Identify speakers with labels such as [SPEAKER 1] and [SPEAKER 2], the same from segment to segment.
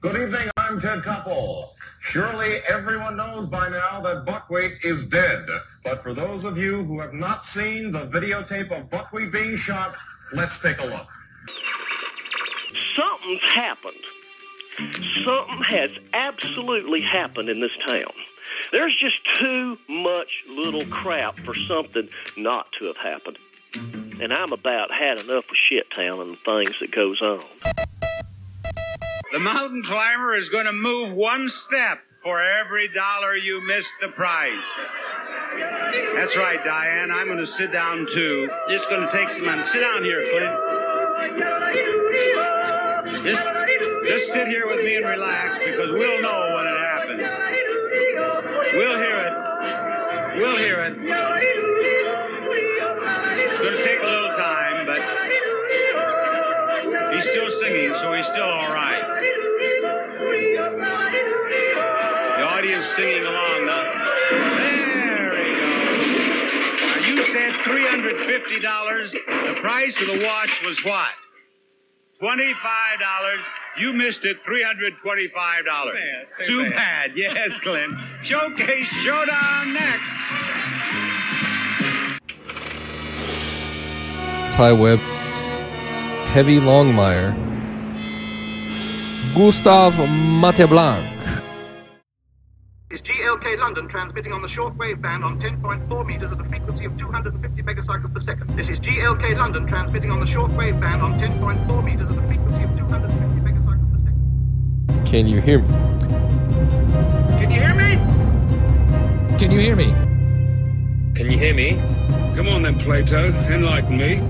[SPEAKER 1] Good evening, I'm Ted Koppel. Surely everyone knows by now that buckwheat is dead. But for those of you who have not seen the videotape of buckwheat being shot, let's take a look.
[SPEAKER 2] Something's happened. Something has absolutely happened in this town. There's just too much little crap for something not to have happened. And I'm about had enough of shit town and the things that goes on.
[SPEAKER 3] The mountain climber is going to move one step for every dollar you miss the prize. That's right, Diane. I'm going to sit down too. It's going to take some time. Sit down here, Clint. Just, just sit here with me and relax because we'll know when it happens. We'll hear it. We'll hear it. It's going to take a little time, but he's still singing, so he's still all right. The audience singing along now. There we go. Now you said three hundred fifty dollars. The price of the watch was what? Twenty-five dollars. You missed it. Three hundred twenty-five dollars. Too bad. Yes, Clint. Showcase showdown next.
[SPEAKER 4] Ty Webb, Heavy Longmire, Gustav Mateblanc,
[SPEAKER 5] is GLK London transmitting on the shortwave band on 10.4 meters at a frequency of 250 megacycles per second. This is GLK London transmitting on the shortwave band on 10.4 meters at a frequency of 250 megacycles per second.
[SPEAKER 4] Can you hear me?
[SPEAKER 3] Can you hear me?
[SPEAKER 4] Can you hear me?
[SPEAKER 6] Can you hear me?
[SPEAKER 7] Come on then, Plato. Enlighten me.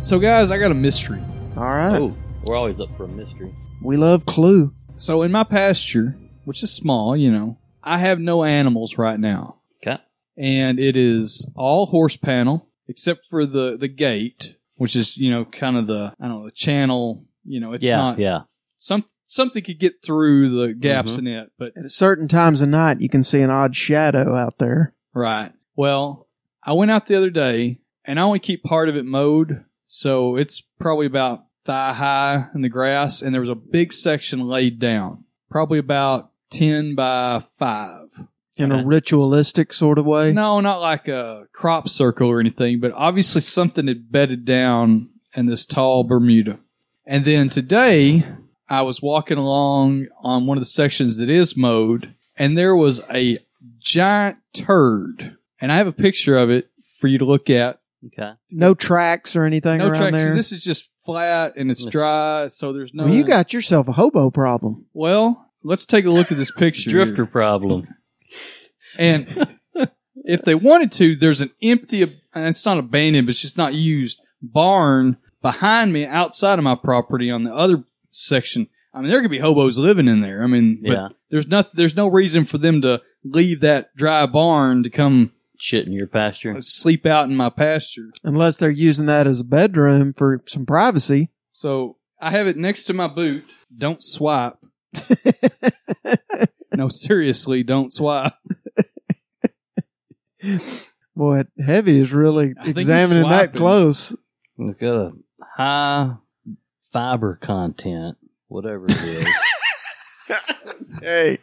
[SPEAKER 8] So, guys, I got a mystery.
[SPEAKER 9] All right.
[SPEAKER 6] Oh, we're always up for a mystery.
[SPEAKER 9] We love Clue.
[SPEAKER 8] So, in my pasture, which is small, you know, I have no animals right now,
[SPEAKER 6] Okay.
[SPEAKER 8] and it is all horse panel except for the the gate, which is you know kind of the I don't know the channel. You know, it's
[SPEAKER 6] yeah,
[SPEAKER 8] not
[SPEAKER 6] yeah. Mm-hmm.
[SPEAKER 8] some something could get through the gaps in it, but
[SPEAKER 9] At certain times of night, you can see an odd shadow out there.
[SPEAKER 8] Right. Well, I went out the other day and I only keep part of it mowed, so it's probably about thigh high in the grass, and there was a big section laid down, probably about ten by five.
[SPEAKER 9] In a
[SPEAKER 6] Okay.
[SPEAKER 9] ritualistic sort of way.
[SPEAKER 8] No, not like a crop circle or anything, but obviously something had bedded down in this tall Bermuda. And then today, I was walking along on one of the sections that is mowed, and there was a giant turd. And I have a picture of it for you to look at.
[SPEAKER 6] Okay.
[SPEAKER 9] No tracks or anything
[SPEAKER 8] No
[SPEAKER 9] around
[SPEAKER 8] tracks.
[SPEAKER 9] there.
[SPEAKER 8] This is just flat and it's
[SPEAKER 6] Yes.
[SPEAKER 8] dry, so there's no.
[SPEAKER 9] well, you got yourself a hobo problem.
[SPEAKER 8] Well, let's take a look at this picture. here.
[SPEAKER 6] Drifter problem.
[SPEAKER 8] And if they wanted to, there's an empty, and it's not abandoned, but it's just not used barn behind me outside of my property on the other section. I mean, there could be hobos living in there. I mean, but
[SPEAKER 6] Yeah.
[SPEAKER 8] there's not, there's no reason for them to leave that dry barn to come
[SPEAKER 6] Shit in your pasture.
[SPEAKER 8] sleep out in my pasture.
[SPEAKER 9] Unless they're using that as a bedroom for some privacy.
[SPEAKER 8] So I have it next to my boot. Don't swipe. no, seriously, don't swipe.
[SPEAKER 9] Boy, Heavy is really
[SPEAKER 8] I think he's
[SPEAKER 9] examining that
[SPEAKER 8] swiping.
[SPEAKER 9] close.
[SPEAKER 6] It's got a high fiber content, whatever it is.
[SPEAKER 9] Hey.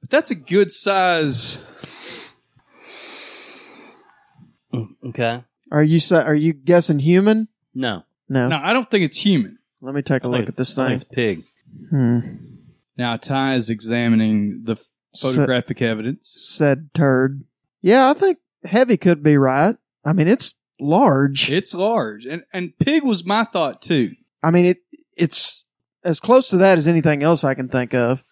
[SPEAKER 8] But that's a good size.
[SPEAKER 6] okay.
[SPEAKER 9] Are you sa- are you guessing human?
[SPEAKER 6] No.
[SPEAKER 9] No.
[SPEAKER 8] Now, I don't think it's human.
[SPEAKER 9] Let me take a
[SPEAKER 6] I
[SPEAKER 9] look
[SPEAKER 6] think
[SPEAKER 9] at this
[SPEAKER 6] I think
[SPEAKER 9] thing.
[SPEAKER 6] It's pig.
[SPEAKER 9] Hmm.
[SPEAKER 8] Now Ty is examining the
[SPEAKER 9] Sa-
[SPEAKER 8] photographic evidence.
[SPEAKER 9] said turd. Yeah, I think Heavy could be right. I mean, it's large.
[SPEAKER 8] It's large, and and pig was my thought too.
[SPEAKER 9] I mean, it it's as close to that as anything else I can think of.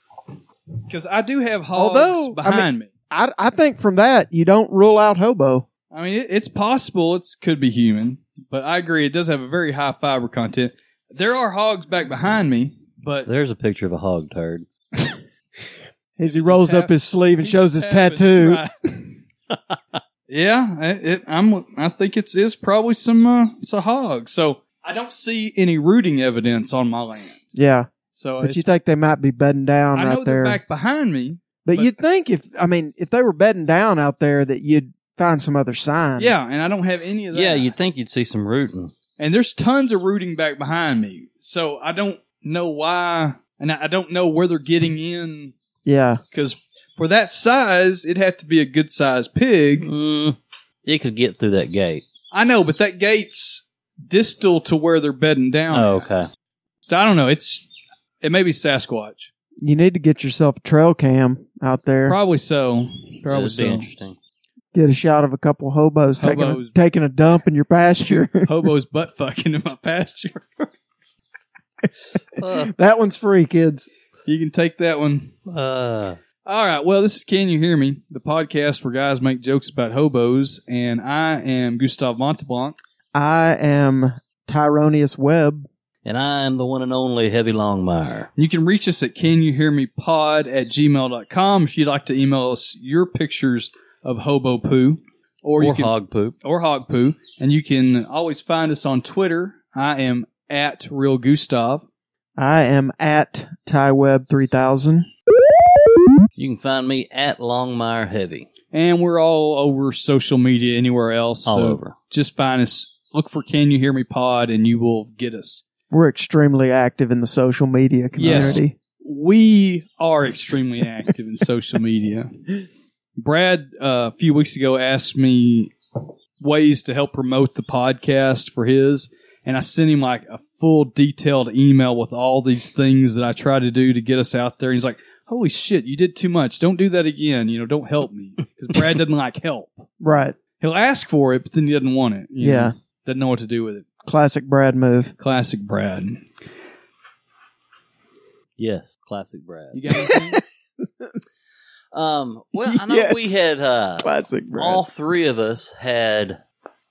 [SPEAKER 8] Because I do have hogs
[SPEAKER 9] Although, I mean-
[SPEAKER 8] behind me.
[SPEAKER 9] I, I think from that you don't rule out hobo.
[SPEAKER 8] I mean, it, it's possible it could be human, but I agree it does have a very high fiber content. There are hogs back behind me, but
[SPEAKER 6] There's a picture of a hog turd.
[SPEAKER 9] As he rolls
[SPEAKER 8] tap-
[SPEAKER 9] up his sleeve and shows his
[SPEAKER 8] He's tapping,
[SPEAKER 9] tattoo.
[SPEAKER 8] right. yeah, I- it, I'm. I think it's is probably some uh, it's a hog. So I don't see any rooting evidence on my land.
[SPEAKER 9] Yeah,
[SPEAKER 8] So
[SPEAKER 9] but
[SPEAKER 8] Oh, it's-
[SPEAKER 9] you think they might be bedding down
[SPEAKER 8] I know
[SPEAKER 9] right there.
[SPEAKER 8] they're back behind me.
[SPEAKER 9] but,
[SPEAKER 8] but-
[SPEAKER 9] you'd think if I mean if they were bedding down out there that you'd find some other sign.
[SPEAKER 8] Yeah, and I don't have any of that.
[SPEAKER 6] Yeah, you'd think you'd see some rooting.
[SPEAKER 8] And there's tons of rooting back behind me. So I don't know why, and I I don't know where they're getting in
[SPEAKER 9] Yeah.
[SPEAKER 8] because for that size, it'd have to be a good sized pig.
[SPEAKER 6] Mm, it could get through that gate.
[SPEAKER 8] I know, but that gate's distal to where they're bedding down.
[SPEAKER 6] Oh,
[SPEAKER 8] at.
[SPEAKER 6] okay.
[SPEAKER 8] So I don't know. It's it may be Sasquatch.
[SPEAKER 9] You need to get yourself a trail cam out there.
[SPEAKER 8] Probably so.
[SPEAKER 6] That
[SPEAKER 8] Probably
[SPEAKER 6] would be
[SPEAKER 8] so.
[SPEAKER 6] interesting.
[SPEAKER 9] Get a shot of a couple hobos,
[SPEAKER 8] Hobos.
[SPEAKER 9] Taking, a, taking a dump in your pasture.
[SPEAKER 8] Hobo's butt fucking in my pasture.
[SPEAKER 9] that one's free, kids.
[SPEAKER 8] You can take that one.
[SPEAKER 6] Uh,
[SPEAKER 8] All right. Well, this is Can You Hear Me, the podcast where guys make jokes about hobos, and I am Gustav Monteblanc.
[SPEAKER 9] I am Tyronius Webb.
[SPEAKER 6] and I am the one and only Heavy Longmire.
[SPEAKER 8] You can reach us at canyouhearmepod at gmail.com if you'd like to email us your pictures of hobo poo or,
[SPEAKER 6] Or,
[SPEAKER 8] you can,
[SPEAKER 6] hog poop.
[SPEAKER 8] or hog poo. And you can always find us on Twitter. I am at Real Gustav.
[SPEAKER 9] I am at TyWeb3000.
[SPEAKER 6] You can find me at Longmire Heavy.
[SPEAKER 8] And we're all over social media anywhere else.
[SPEAKER 6] All
[SPEAKER 8] so
[SPEAKER 6] over.
[SPEAKER 8] Just find us. Look for Can You Hear Me Pod and you will get us.
[SPEAKER 9] We're extremely active in the social media
[SPEAKER 8] Yes.
[SPEAKER 9] community.
[SPEAKER 8] we are extremely active in social media. Brad, uh, a few weeks ago, asked me ways to help promote the podcast for his, and I sent him like a full detailed email with all these things that I try to do to get us out there. And he's like, "Holy shit, you did too much! Don't do that again. You know, don't help me because Brad doesn't like help.
[SPEAKER 9] Right.
[SPEAKER 8] He'll ask for it, but then he doesn't want it. you know?
[SPEAKER 9] Yeah.
[SPEAKER 8] doesn't know what to do with it.
[SPEAKER 9] Classic Brad move.
[SPEAKER 8] Classic Brad.
[SPEAKER 6] Yes, classic Brad.
[SPEAKER 8] You got anything?
[SPEAKER 6] Um, well, I know
[SPEAKER 9] Yes.
[SPEAKER 6] we had uh,
[SPEAKER 9] Classic
[SPEAKER 6] all three of us had.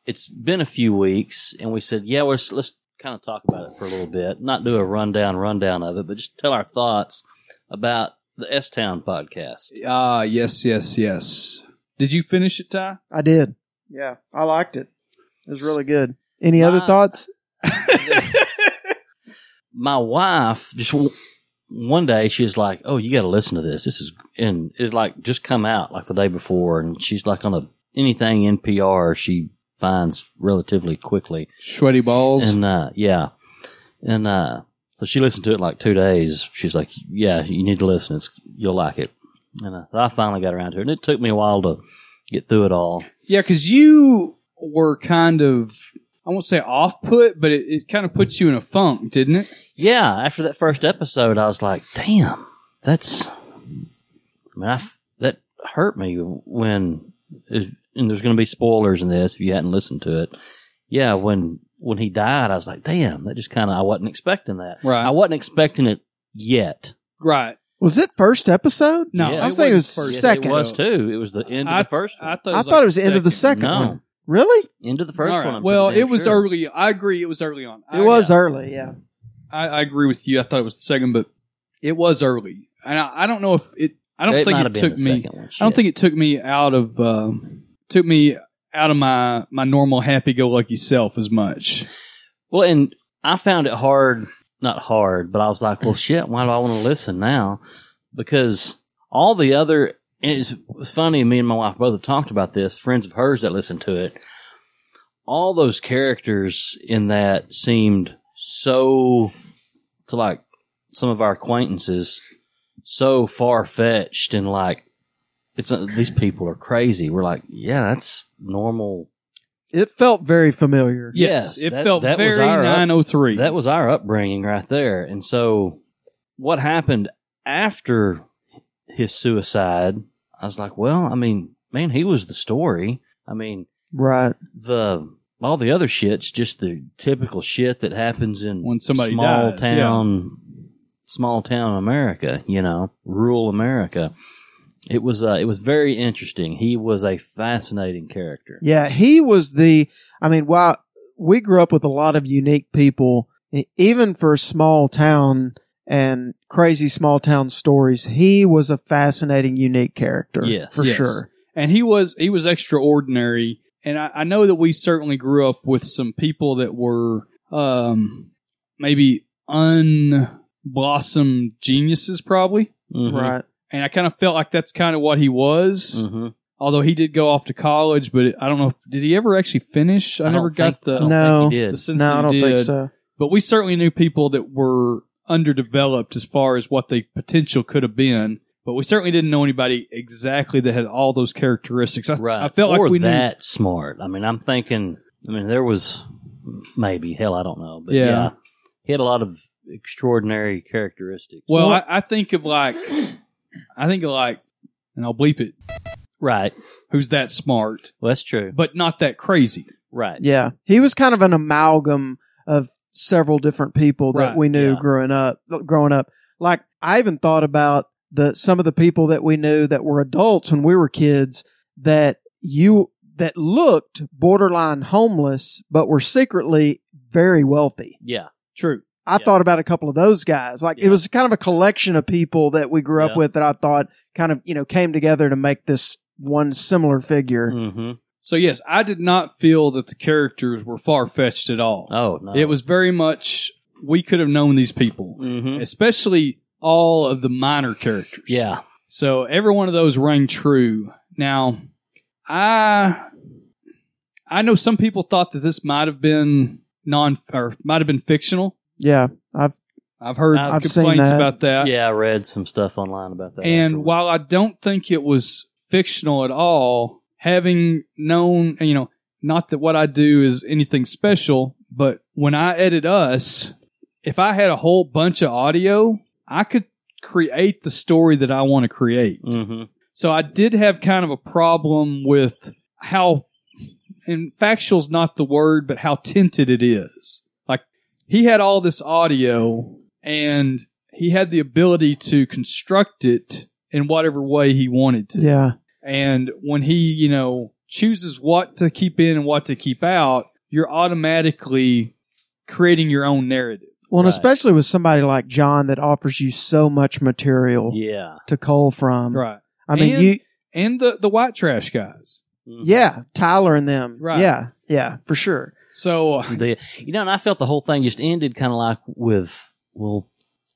[SPEAKER 6] It's been a few weeks, and we said, "Yeah, we're, s- let's kind of talk about it for a little bit. Not do a rundown, rundown of it, but just tell our thoughts about the S Town podcast."
[SPEAKER 8] Ah, yes, yes, yes. Did you finish it, Ty?
[SPEAKER 9] I did. Yeah. I liked it. It was really good. Any other
[SPEAKER 6] My-
[SPEAKER 9] thoughts?
[SPEAKER 6] my wife just w- one day she's like, "Oh, you got to listen to this. This is and it like just come out like the day before." And she's like on a anything NPR she finds relatively quickly.
[SPEAKER 8] Sweaty balls.
[SPEAKER 6] And uh, yeah, and uh, so she listened to it in, like two days. She's like, "Yeah, you need to listen. It's you'll like it." And uh, I finally got around to it, and it took me a while to get through it all.
[SPEAKER 8] yeah, because you were kind of, I won't say off put, but it, it kind of puts you in a funk, didn't it?
[SPEAKER 6] yeah, after that first episode, I was like, damn, that's. I mean, I f- that hurt me when. uh, And there's going to be spoilers in this if you hadn't listened to it. Yeah, when when he died, I was like, damn, that just kind of, I wasn't expecting that.
[SPEAKER 8] Right.
[SPEAKER 6] I wasn't expecting it yet.
[SPEAKER 8] Right.
[SPEAKER 9] Was it first episode?
[SPEAKER 8] No,
[SPEAKER 6] Yeah.
[SPEAKER 9] I was thinking it was
[SPEAKER 8] wasn't
[SPEAKER 6] Yes,
[SPEAKER 8] first
[SPEAKER 9] second.
[SPEAKER 6] It was
[SPEAKER 8] episode.
[SPEAKER 6] too. It was the end of the first one.
[SPEAKER 8] I thought it was,
[SPEAKER 9] I
[SPEAKER 8] like
[SPEAKER 9] thought it was the end of the second
[SPEAKER 6] No.
[SPEAKER 9] one. Really?
[SPEAKER 6] End of the first
[SPEAKER 8] All right.
[SPEAKER 6] one. I'm
[SPEAKER 8] Well,
[SPEAKER 6] pretty
[SPEAKER 8] it
[SPEAKER 6] damn
[SPEAKER 8] was
[SPEAKER 6] sure.
[SPEAKER 8] early. I agree. It was early on.
[SPEAKER 9] It was early, yeah.
[SPEAKER 8] I, I agree with you. I thought it was the second, but it was early. And I, I don't know if it, I don't
[SPEAKER 6] It might
[SPEAKER 8] think
[SPEAKER 6] have
[SPEAKER 8] it
[SPEAKER 6] been
[SPEAKER 8] took
[SPEAKER 6] the
[SPEAKER 8] me.
[SPEAKER 6] second one.
[SPEAKER 8] I don't
[SPEAKER 6] Shit.
[SPEAKER 8] think it took me out of um, took me out of my my normal happy go lucky self as much.
[SPEAKER 6] Well, and I found it hard, not hard, but I was like, well, shit, why do I want to listen now? Because all the other, and it's, it's funny, me and my wife both have talked about this, friends of hers that listened to it. All those characters in that seemed so, to like some of our acquaintances, so far fetched and like, it's uh, these people are crazy. We're like, yeah, that's normal.
[SPEAKER 9] It felt very familiar.
[SPEAKER 8] Yes,
[SPEAKER 6] Yes,
[SPEAKER 8] it
[SPEAKER 6] that-
[SPEAKER 8] felt
[SPEAKER 6] that was
[SPEAKER 8] very
[SPEAKER 6] our up-
[SPEAKER 8] nine oh three.
[SPEAKER 6] That was our upbringing right there. And so what happened after his suicide, I was like, well, I mean, man, he was the story. I mean,
[SPEAKER 9] Right.
[SPEAKER 6] the all the other shit's just the typical shit that happens in
[SPEAKER 8] When somebody
[SPEAKER 6] small
[SPEAKER 8] dies,
[SPEAKER 6] town small town America, you know, rural America. It was uh, it was very interesting. He was a fascinating character.
[SPEAKER 9] Yeah, he was the. I mean, while we grew up with a lot of unique people, e- even for a small town and crazy small town stories, he was a fascinating, unique character.
[SPEAKER 6] Yes.
[SPEAKER 9] for
[SPEAKER 8] Yes.
[SPEAKER 9] sure.
[SPEAKER 8] and he was he was extraordinary. And I, I know that we certainly grew up with some people that were um, maybe unblossomed geniuses, probably.
[SPEAKER 6] Mhm.
[SPEAKER 9] Right.
[SPEAKER 8] And I kind of felt like that's kind of what he was.
[SPEAKER 6] Mhm.
[SPEAKER 8] Although he did go off to college, but I don't know. if- Did he ever actually finish? I,
[SPEAKER 6] don't
[SPEAKER 8] never got
[SPEAKER 6] think- I
[SPEAKER 8] the.
[SPEAKER 6] don't
[SPEAKER 9] No.
[SPEAKER 6] think he
[SPEAKER 8] the
[SPEAKER 6] did.
[SPEAKER 8] sense
[SPEAKER 9] no,
[SPEAKER 8] that
[SPEAKER 9] I
[SPEAKER 8] he
[SPEAKER 9] don't think
[SPEAKER 8] did.
[SPEAKER 9] so.
[SPEAKER 8] But we certainly knew people that were underdeveloped as far as what the potential could have been. But we certainly didn't know anybody exactly that had all those characteristics. I,
[SPEAKER 6] Right.
[SPEAKER 8] I felt
[SPEAKER 6] or
[SPEAKER 8] like we knew
[SPEAKER 6] that smart. I mean, I'm thinking. I mean, there was maybe hell. I don't know, but
[SPEAKER 8] Yeah.
[SPEAKER 6] yeah, he had a lot of extraordinary characteristics.
[SPEAKER 8] Well, I, I think of like, I think of like, and I'll bleep it.
[SPEAKER 6] right.
[SPEAKER 8] Who's that smart,
[SPEAKER 6] Well, that's true.
[SPEAKER 8] but not that crazy?
[SPEAKER 6] Right.
[SPEAKER 9] Yeah. He was kind of an amalgam of several different people that
[SPEAKER 8] Right,
[SPEAKER 9] we knew
[SPEAKER 6] yeah.
[SPEAKER 9] growing up growing up. Like I even thought about the some of the people that we knew that were adults when we were kids that you that looked borderline homeless but were secretly very wealthy.
[SPEAKER 6] Yeah.
[SPEAKER 8] True.
[SPEAKER 9] I
[SPEAKER 6] Yeah.
[SPEAKER 9] thought about a couple of those guys. Like it
[SPEAKER 6] Yeah.
[SPEAKER 9] was kind of a collection of people that we grew up
[SPEAKER 6] Yeah.
[SPEAKER 9] with that I thought kind of, you know, came together to make this one similar figure.
[SPEAKER 6] Mm-hmm.
[SPEAKER 8] So yes, I did not feel that the characters were far fetched at all.
[SPEAKER 6] Oh no.
[SPEAKER 8] It was very much we could have known these people,
[SPEAKER 6] Mm-hmm.
[SPEAKER 8] especially all of the minor characters.
[SPEAKER 6] Yeah.
[SPEAKER 8] So every one of those rang true. Now, I I know some people thought that this might have been non or might have been fictional.
[SPEAKER 9] Yeah.
[SPEAKER 8] I've heard
[SPEAKER 6] I've
[SPEAKER 8] complaints
[SPEAKER 9] seen that.
[SPEAKER 8] about that.
[SPEAKER 6] Yeah. I read some stuff online about that.
[SPEAKER 8] And
[SPEAKER 6] afterwards.
[SPEAKER 8] while I don't think it was fictional at all, having known, you know, not that what I do is anything special, but when I edit us, if I had a whole bunch of audio, I could create the story that I want to create.
[SPEAKER 6] Mhm.
[SPEAKER 8] So I did have kind of a problem with how, and factual's not the word, but how tinted it is. Like he had all this audio and he had the ability to construct it in whatever way he wanted to.
[SPEAKER 9] Yeah.
[SPEAKER 8] And when he, you know, chooses what to keep in and what to keep out, you're automatically creating your own narrative.
[SPEAKER 9] Well, and
[SPEAKER 6] Right.
[SPEAKER 9] especially with somebody like John that offers you so much material
[SPEAKER 6] yeah.
[SPEAKER 9] to cull from.
[SPEAKER 8] Right.
[SPEAKER 9] I mean,
[SPEAKER 8] And- Mhm.
[SPEAKER 9] you,
[SPEAKER 8] And the, the white trash guys.
[SPEAKER 6] Mhm.
[SPEAKER 9] yeah, Tyler and them.
[SPEAKER 8] Right.
[SPEAKER 9] Yeah. Yeah, for sure.
[SPEAKER 8] So
[SPEAKER 6] The, you know, and I felt the whole thing just ended kind of like with, well,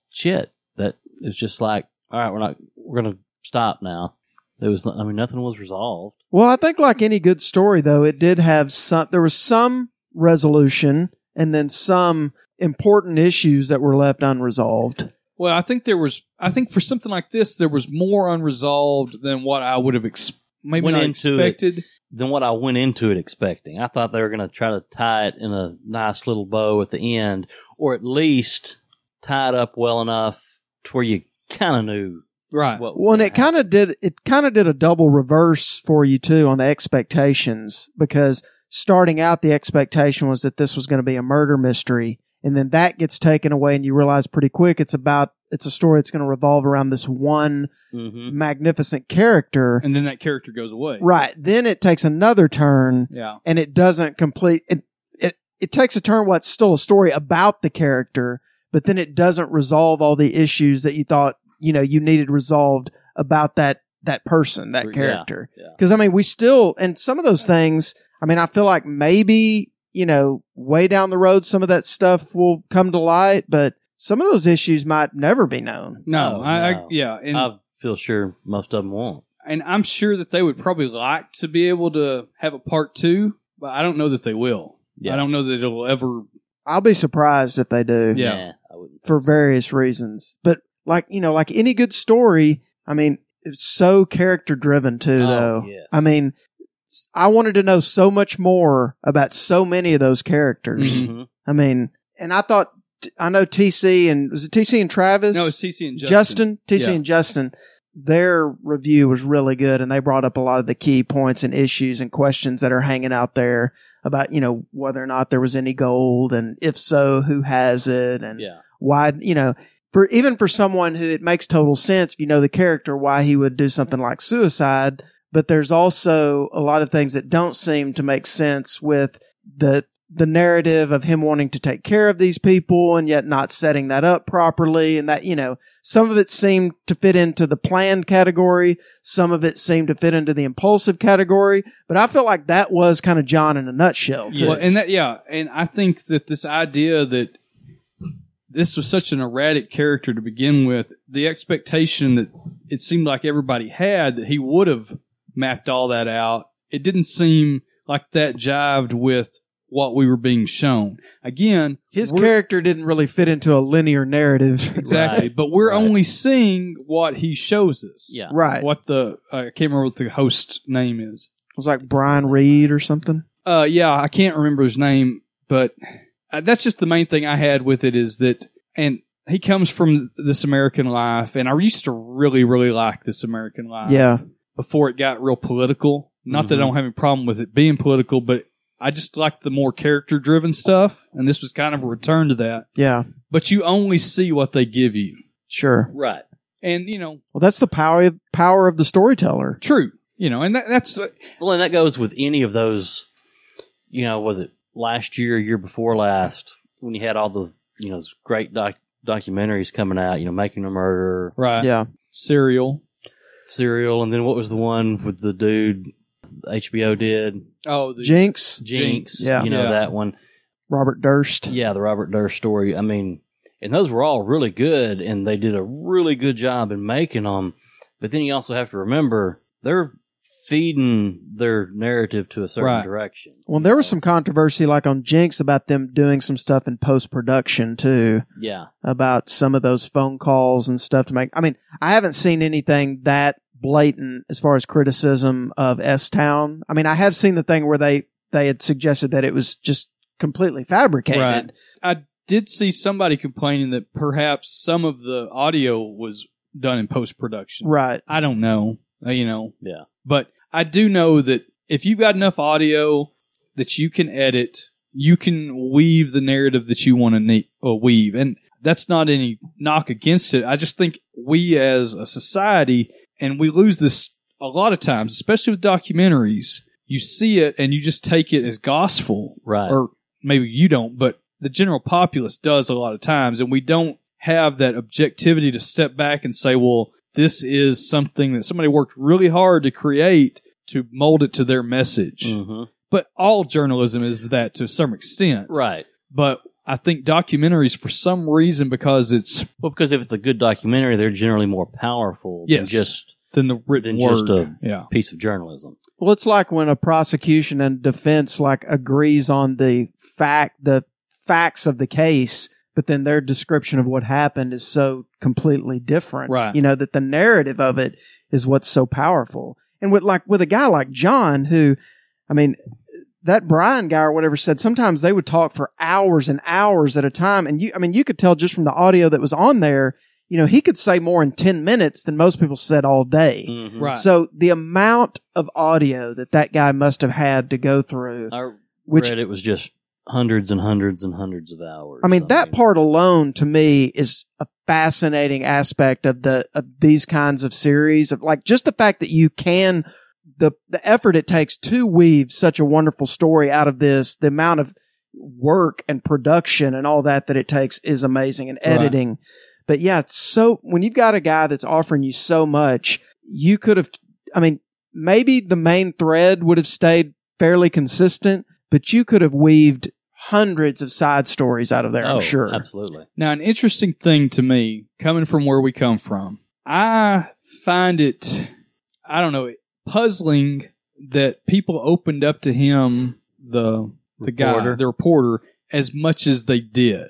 [SPEAKER 6] shit. That it was just like, all right, we're not, we're gonna stop now. There was, I mean, nothing was resolved.
[SPEAKER 9] Well, I think like any good story, though, it did have some, there was some resolution and then some important issues that were left unresolved.
[SPEAKER 8] Well, I think there was. I think for something like this, there was more unresolved than what I would have ex- maybe
[SPEAKER 6] Went
[SPEAKER 8] not
[SPEAKER 6] into it.
[SPEAKER 8] expected.
[SPEAKER 6] than what I went into it expecting. I thought they were going to try to tie it in a nice little bow at the end, or at least tie it up well enough to where you kind of knew
[SPEAKER 8] Right.
[SPEAKER 6] what.
[SPEAKER 9] Well, and it kind of did, it kind of did a double reverse for you, too, on the expectations because starting out, the expectation was that this was going to be a murder mystery. and then that gets taken away and you realize pretty quick it's about it's a story that's going to revolve around this one
[SPEAKER 8] Mm-hmm.
[SPEAKER 6] hmm
[SPEAKER 9] magnificent character
[SPEAKER 8] and then that character goes away.
[SPEAKER 9] right then it takes another turn
[SPEAKER 8] Yeah.
[SPEAKER 9] and it doesn't complete it it, it takes a turn what's still a story about the character but then it doesn't resolve all the issues that you thought you know you needed resolved about that that person that
[SPEAKER 6] Yeah,
[SPEAKER 9] character
[SPEAKER 6] yeah.
[SPEAKER 9] because i mean we still and some of those things i mean i feel like maybe you know way down the road some of that stuff will come to light but some of those issues might never be known
[SPEAKER 8] No.
[SPEAKER 6] Oh,
[SPEAKER 8] I, I
[SPEAKER 6] no.
[SPEAKER 8] yeah. And
[SPEAKER 6] I feel sure most of them won't.
[SPEAKER 8] and I'm sure that they would probably like to be able to have a part two, but I don't know that they will.
[SPEAKER 6] Yeah.
[SPEAKER 8] I don't know that it'll ever.
[SPEAKER 9] i'll be surprised if they do
[SPEAKER 8] Yeah.
[SPEAKER 6] Nah, I wouldn't.
[SPEAKER 9] for various reasons. But like you know, like any good story, I mean, it's so character driven too.
[SPEAKER 6] Oh,
[SPEAKER 9] though
[SPEAKER 6] yes.
[SPEAKER 9] I mean, s- I wanted to know so much more about so many of those characters.
[SPEAKER 8] Mhm.
[SPEAKER 6] Mhm.
[SPEAKER 9] I mean, and I thought I know TC and was it TC and Travis?
[SPEAKER 8] No, it's TC and Justin.
[SPEAKER 9] Justin, TC
[SPEAKER 8] Yeah.
[SPEAKER 9] and Justin. Their review was really good, and they brought up a lot of the key points and issues and questions that are hanging out there about you know whether or not there was any gold, and if so, who has it, and
[SPEAKER 6] Yeah.
[SPEAKER 9] why you know for even for someone who it makes total sense if you know the character why he would do something like suicide but there's also a lot of things that don't seem to make sense with the the narrative of him wanting to take care of these people and yet not setting that up properly and that you know some of it seemed to fit into the planned category some of it seemed to fit into the impulsive category but i felt like that was kind of john in a nutshell too.
[SPEAKER 8] Well, and that yeah, and I think that this idea that this was such an erratic character to begin with, the expectation that it seemed like everybody had that he would have mapped all that out. It didn't seem like that jived with what we were being shown. Again,
[SPEAKER 9] His
[SPEAKER 8] we're-
[SPEAKER 9] character didn't really fit into a linear narrative.
[SPEAKER 8] exactly,
[SPEAKER 6] Right,
[SPEAKER 8] but we're
[SPEAKER 6] right.
[SPEAKER 8] only seeing what he shows us.
[SPEAKER 6] Yeah.
[SPEAKER 9] right.
[SPEAKER 8] What the I can't remember what the host name is.
[SPEAKER 9] It was like Brian Reed or something.
[SPEAKER 8] Uh, yeah, I can't remember his name, but uh, that's just the main thing I had with it is that, and he comes from This American Life, and I used to really, really like This American Life.
[SPEAKER 9] yeah. Mm-hmm.
[SPEAKER 8] Before it got real political. Not that I
[SPEAKER 6] Mhm.
[SPEAKER 8] don't have any problem with it being political, but I just liked the more character driven stuff, and this was kind of a return to that.
[SPEAKER 9] Yeah.
[SPEAKER 8] But you only see what they give you.
[SPEAKER 9] Sure.
[SPEAKER 6] Right.
[SPEAKER 8] And, you know,
[SPEAKER 9] Well, that's the power of, power of the storyteller.
[SPEAKER 8] true. You know, and that, that's, uh,
[SPEAKER 6] Well, and that goes with any of those. You know, was it last year, year before last, when you had all the you know those great doc- documentaries coming out? You know, making a murder,
[SPEAKER 8] right.
[SPEAKER 9] Yeah.
[SPEAKER 8] Serial.
[SPEAKER 6] serial, and then what was the one with the dude HBO did
[SPEAKER 8] Oh, the,
[SPEAKER 9] Jinx,
[SPEAKER 6] Jinx?
[SPEAKER 9] Yeah.
[SPEAKER 6] you know
[SPEAKER 8] Yeah.
[SPEAKER 6] that one.
[SPEAKER 9] Robert Durst.
[SPEAKER 6] Yeah, the Robert Durst story. I mean, and those were all really good, and they did a really good job in making them. But then you also have to remember they're feeding their narrative to a certain
[SPEAKER 8] Right.
[SPEAKER 6] direction.
[SPEAKER 9] Well, there was some controversy, like on Jinx, about them doing some stuff in post production too,
[SPEAKER 6] yeah,
[SPEAKER 9] about some of those phone calls and stuff to make. I mean, I haven't seen anything that blatant as far as criticism of S Town. I mean, I have seen the thing where they they had suggested that it was just completely fabricated.
[SPEAKER 8] Right. I did see somebody complaining that perhaps some of the audio was done in post production.
[SPEAKER 9] Right.
[SPEAKER 8] I don't know, uh, you know.
[SPEAKER 6] Yeah.
[SPEAKER 8] But I do know that if you've got enough audio that you can edit, you can weave the narrative that you want to ne- uh, weave. And that's not any knock against it. I just think we as a society, and we lose this a lot of times, especially with documentaries, you see it and you just take it as gospel
[SPEAKER 6] right.
[SPEAKER 8] or maybe you don't, but the general populace does a lot of times, and we don't have that objectivity to step back and say, well, this is something that somebody worked really hard to create to mold it to their message.
[SPEAKER 6] hmm
[SPEAKER 8] But all journalism is that to some extent.
[SPEAKER 6] Right.
[SPEAKER 8] But I think documentaries, for some reason, because it's
[SPEAKER 6] Well, because if it's a good documentary, they're generally more powerful
[SPEAKER 8] Yes.
[SPEAKER 6] than just
[SPEAKER 8] than the written
[SPEAKER 6] Than just
[SPEAKER 8] word.
[SPEAKER 6] a-
[SPEAKER 8] yeah.
[SPEAKER 6] a piece of journalism.
[SPEAKER 9] Well, it's like when a prosecution and defense like agrees on the fact, the facts of the case, but then their description of what happened is so completely different.
[SPEAKER 8] Right.
[SPEAKER 9] You know, that the narrative of it is what's so powerful. And with like, with a guy like John, who, I mean, that Brian guy or whatever said sometimes they would talk for hours and hours at a time. And you, I mean, you could tell just from the audio that was on there, you know, he could say more in 10 minutes than most people said all day.
[SPEAKER 6] Mhm.
[SPEAKER 8] Right.
[SPEAKER 9] So the amount of audio that that guy must have had to go through,
[SPEAKER 6] I
[SPEAKER 9] which
[SPEAKER 6] read it was just hundreds and hundreds and hundreds of hours.
[SPEAKER 9] I mean, that part alone to me is a fascinating aspect of the of these kinds of series of like just the fact that you can the the effort it takes to weave such a wonderful story out of this, the amount of work and production and all that that it takes is amazing and
[SPEAKER 8] Right.
[SPEAKER 9] editing. But yeah, it's so when you've got a guy that's offering you so much, you could have I mean, maybe the main thread would have stayed fairly consistent, but you could have weaved hundreds of side stories out of there,
[SPEAKER 6] Oh,
[SPEAKER 9] I'm sure.
[SPEAKER 6] Absolutely.
[SPEAKER 8] Now, an interesting thing to me, coming from where we come from, I find it, I don't know, puzzling that people opened up to him, the the guy,
[SPEAKER 6] Reporter.
[SPEAKER 8] the reporter, as much as they did.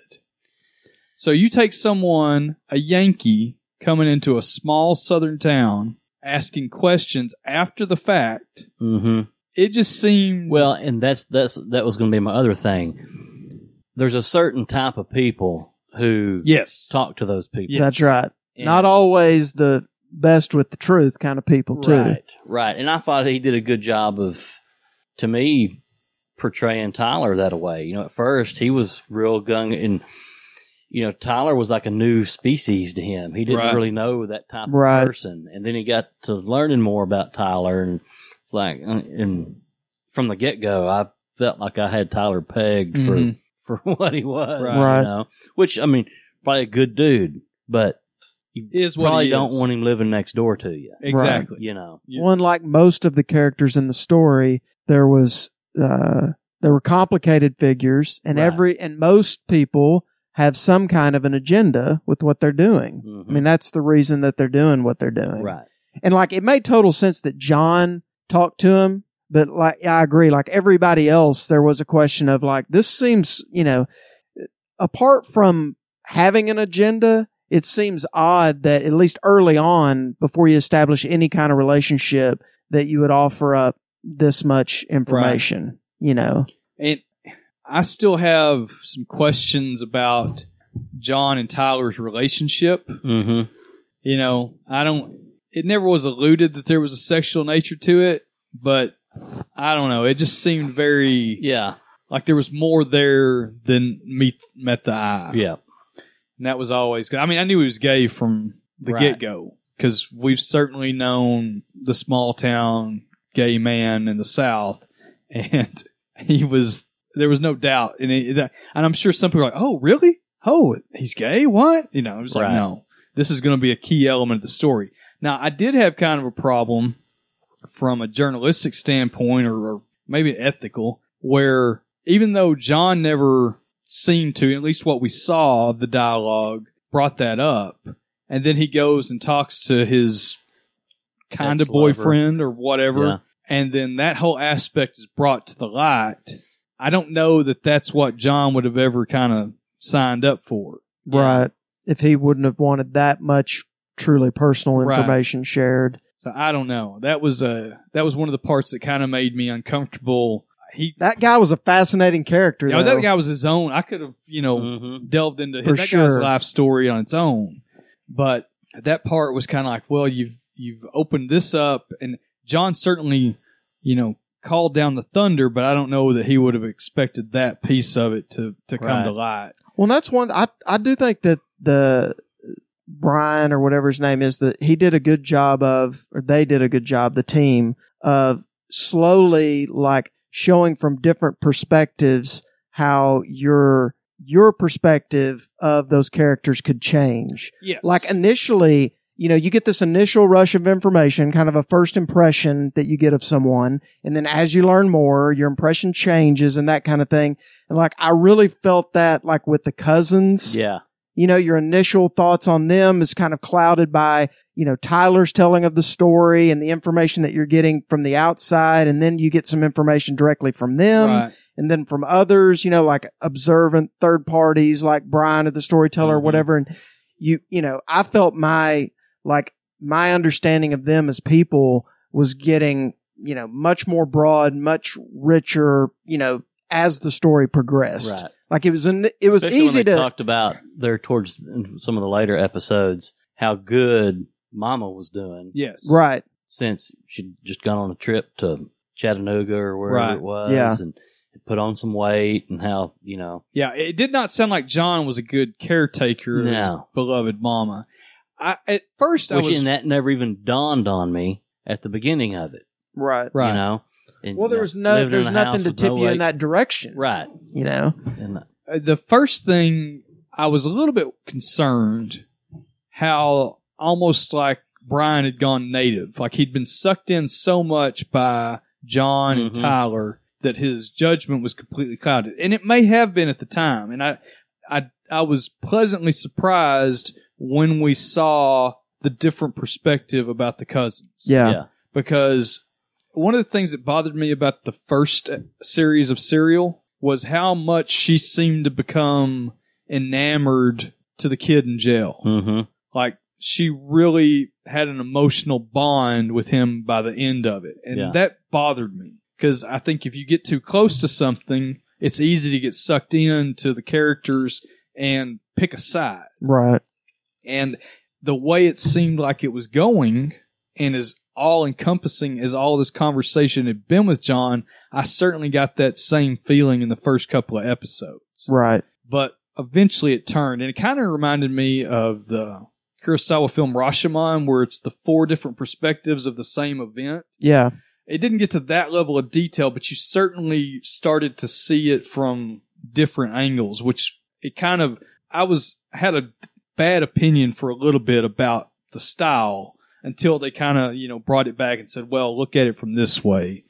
[SPEAKER 8] So you take someone, a Yankee, coming into a small southern town, asking questions after the fact.
[SPEAKER 6] hmm
[SPEAKER 8] It just seemed
[SPEAKER 6] Well, and that's that's that was going to be my other thing. There's a certain type of people who
[SPEAKER 8] yes,
[SPEAKER 6] talk to those people.
[SPEAKER 8] Yeah.
[SPEAKER 9] That's right.
[SPEAKER 6] And-
[SPEAKER 9] Not always the best with the truth kind of people, too.
[SPEAKER 6] Right, right. And I thought he did a good job of, to me, portraying Tyler that way. You know, at first he was real gung, and you know, Tyler was like a new species to him. He didn't
[SPEAKER 8] Right.
[SPEAKER 6] really know that type
[SPEAKER 9] Right.
[SPEAKER 6] of person, and then he got to learning more about Tyler, and it's like, uh, and from the get go, I felt like I had Tyler pegged
[SPEAKER 8] Mhm.
[SPEAKER 6] for for what he was,
[SPEAKER 8] Right.
[SPEAKER 9] Right.
[SPEAKER 6] You know? Which I mean, probably a good dude, but you
[SPEAKER 8] Is what
[SPEAKER 6] probably
[SPEAKER 8] he
[SPEAKER 6] don't
[SPEAKER 8] is.
[SPEAKER 6] want him living next door to you.
[SPEAKER 8] exactly.
[SPEAKER 6] You know,
[SPEAKER 8] Yeah.
[SPEAKER 9] One like most of the characters in the story, there was uh there were complicated figures and
[SPEAKER 6] Right.
[SPEAKER 9] every and most people have some kind of an agenda with what they're doing.
[SPEAKER 6] Mhm.
[SPEAKER 9] I mean that's the reason that they're doing what they're doing.
[SPEAKER 6] right?
[SPEAKER 9] And like it made total sense that John talk to him. But like, I agree. Like everybody else, there was a question of like, this seems, you know, apart from having an agenda, it seems odd that at least early on, before you establish any kind of relationship, that you would offer up this much information, you know?
[SPEAKER 8] And I still have some questions about John and Tyler's relationship.
[SPEAKER 6] Mm-hmm.
[SPEAKER 8] You know, I don't. It never was alluded that there was a sexual nature to it, but I don't know. It just seemed very
[SPEAKER 6] Yeah.
[SPEAKER 8] like there was more there than meet met the eye.
[SPEAKER 6] Yeah.
[SPEAKER 8] and that was always. I mean, I knew he was gay from the
[SPEAKER 6] Right.
[SPEAKER 8] get go because we've certainly known the small town gay man in the South, and he was. There was no doubt, and, it, that, and I'm sure some people are like, "Oh, really? Oh, he's gay? What?" You know, I was like,
[SPEAKER 6] Right.
[SPEAKER 8] "No, this is going to be a key element of the story." Now, I did have kind of a problem from a journalistic standpoint or, or maybe ethical, where even though John never seemed to, at least what we saw of the dialogue, brought that up, and then he goes and talks to his kind of
[SPEAKER 6] Ex-lover.
[SPEAKER 8] boyfriend or whatever,
[SPEAKER 6] Yeah.
[SPEAKER 8] and then that whole aspect is brought to the light. I don't know that that's what John would have ever kind of signed up for.
[SPEAKER 9] Right. If he wouldn't have wanted that much truly personal
[SPEAKER 8] Right.
[SPEAKER 9] information shared.
[SPEAKER 8] So I don't know. That was a that was one of the parts that kind of made me uncomfortable. He
[SPEAKER 9] That guy was a fascinating character.
[SPEAKER 8] You know,
[SPEAKER 9] though.
[SPEAKER 8] that guy was his own. I could have, you know,
[SPEAKER 6] Mm-hmm.
[SPEAKER 8] delved into his,
[SPEAKER 9] For
[SPEAKER 8] that guy's
[SPEAKER 9] sure.
[SPEAKER 8] life story on its own. But that part was kind of like, well, you've you've opened this up, and John certainly, you know, called down the thunder, but I don't know that he would have expected that piece of it to to come
[SPEAKER 6] Right.
[SPEAKER 8] to light.
[SPEAKER 9] Well, that's one. I I do think that the Brian or whatever his name is that he did a good job of, or they did a good job, the team of slowly like showing from different perspectives how your your perspective of those characters could change.
[SPEAKER 8] Yes.
[SPEAKER 9] Like initially, you know, you get this initial rush of information, kind of a first impression that you get of someone. And then as you learn more, your impression changes and that kind of thing. And like, I really felt that like with the cousins,
[SPEAKER 6] Yeah.
[SPEAKER 9] you know, your initial thoughts on them is kind of clouded by, you know, Tyler's telling of the story and the information that you're getting from the outside. And then you get some information directly from them
[SPEAKER 8] Right.
[SPEAKER 9] and then from others, you know, like observant third parties like Brian or the storyteller or
[SPEAKER 6] Mhm.
[SPEAKER 9] whatever. And you, you know, I felt my, like my understanding of them as people was getting, you know, much more broad, much richer, you know, as the story progressed.
[SPEAKER 6] Right.
[SPEAKER 9] Like it was, an, it was
[SPEAKER 6] Especially
[SPEAKER 9] easy
[SPEAKER 6] when they
[SPEAKER 9] to,
[SPEAKER 6] talked about there towards in some of the later episodes how good Mama was doing
[SPEAKER 8] Yes.
[SPEAKER 9] right.
[SPEAKER 6] since she'd just gone on a trip to Chattanooga or wherever
[SPEAKER 8] Right.
[SPEAKER 6] it was
[SPEAKER 9] Yeah.
[SPEAKER 6] and put on some weight and how you know
[SPEAKER 8] Yeah, it did not sound like John was a good caretaker of his
[SPEAKER 6] No.
[SPEAKER 8] beloved mama. I at first I
[SPEAKER 6] which
[SPEAKER 8] was
[SPEAKER 6] and that never even dawned on me at the beginning of it.
[SPEAKER 9] Right.
[SPEAKER 8] right.
[SPEAKER 6] You know. And,
[SPEAKER 9] Well,
[SPEAKER 6] you know,
[SPEAKER 9] there was no,
[SPEAKER 6] lived in
[SPEAKER 9] there's
[SPEAKER 6] a
[SPEAKER 9] nothing
[SPEAKER 6] house
[SPEAKER 9] to
[SPEAKER 6] with
[SPEAKER 9] tip
[SPEAKER 6] no
[SPEAKER 9] you in
[SPEAKER 6] weight.
[SPEAKER 9] that direction.
[SPEAKER 6] Right.
[SPEAKER 9] You know,
[SPEAKER 6] And, uh,
[SPEAKER 8] Uh, the first thing I was a little bit concerned how almost like Brian had gone native, like he'd been sucked in so much by John and
[SPEAKER 6] Mhm.
[SPEAKER 8] Tyler that his judgment was completely clouded, and it may have been at the time. And I, I, I was pleasantly surprised when we saw the different perspective about the cousins
[SPEAKER 9] yeah.
[SPEAKER 6] Yeah.
[SPEAKER 8] because one of the things that bothered me about the first series of Serial was how much she seemed to become enamored to the kid in jail.
[SPEAKER 6] mhm.
[SPEAKER 8] Like she really had an emotional bond with him by the end of it, and
[SPEAKER 6] Yeah.
[SPEAKER 8] that bothered me because I think if you get too close to something, it's easy to get sucked into the characters and pick a side
[SPEAKER 9] Right.
[SPEAKER 8] and the way it seemed like it was going and as all encompassing as all this conversation had been with John, I certainly got that same feeling in the first couple of episodes.
[SPEAKER 9] Right.
[SPEAKER 8] But eventually it turned and it kind of reminded me of the Kurosawa film Rashomon where it's the four different perspectives of the same event.
[SPEAKER 9] Yeah.
[SPEAKER 8] It didn't get to that level of detail, but you certainly started to see it from different angles, which it kind of I was had a bad opinion for a little bit about the style until they kind of you know brought it back and said, "Well, look at it from this way."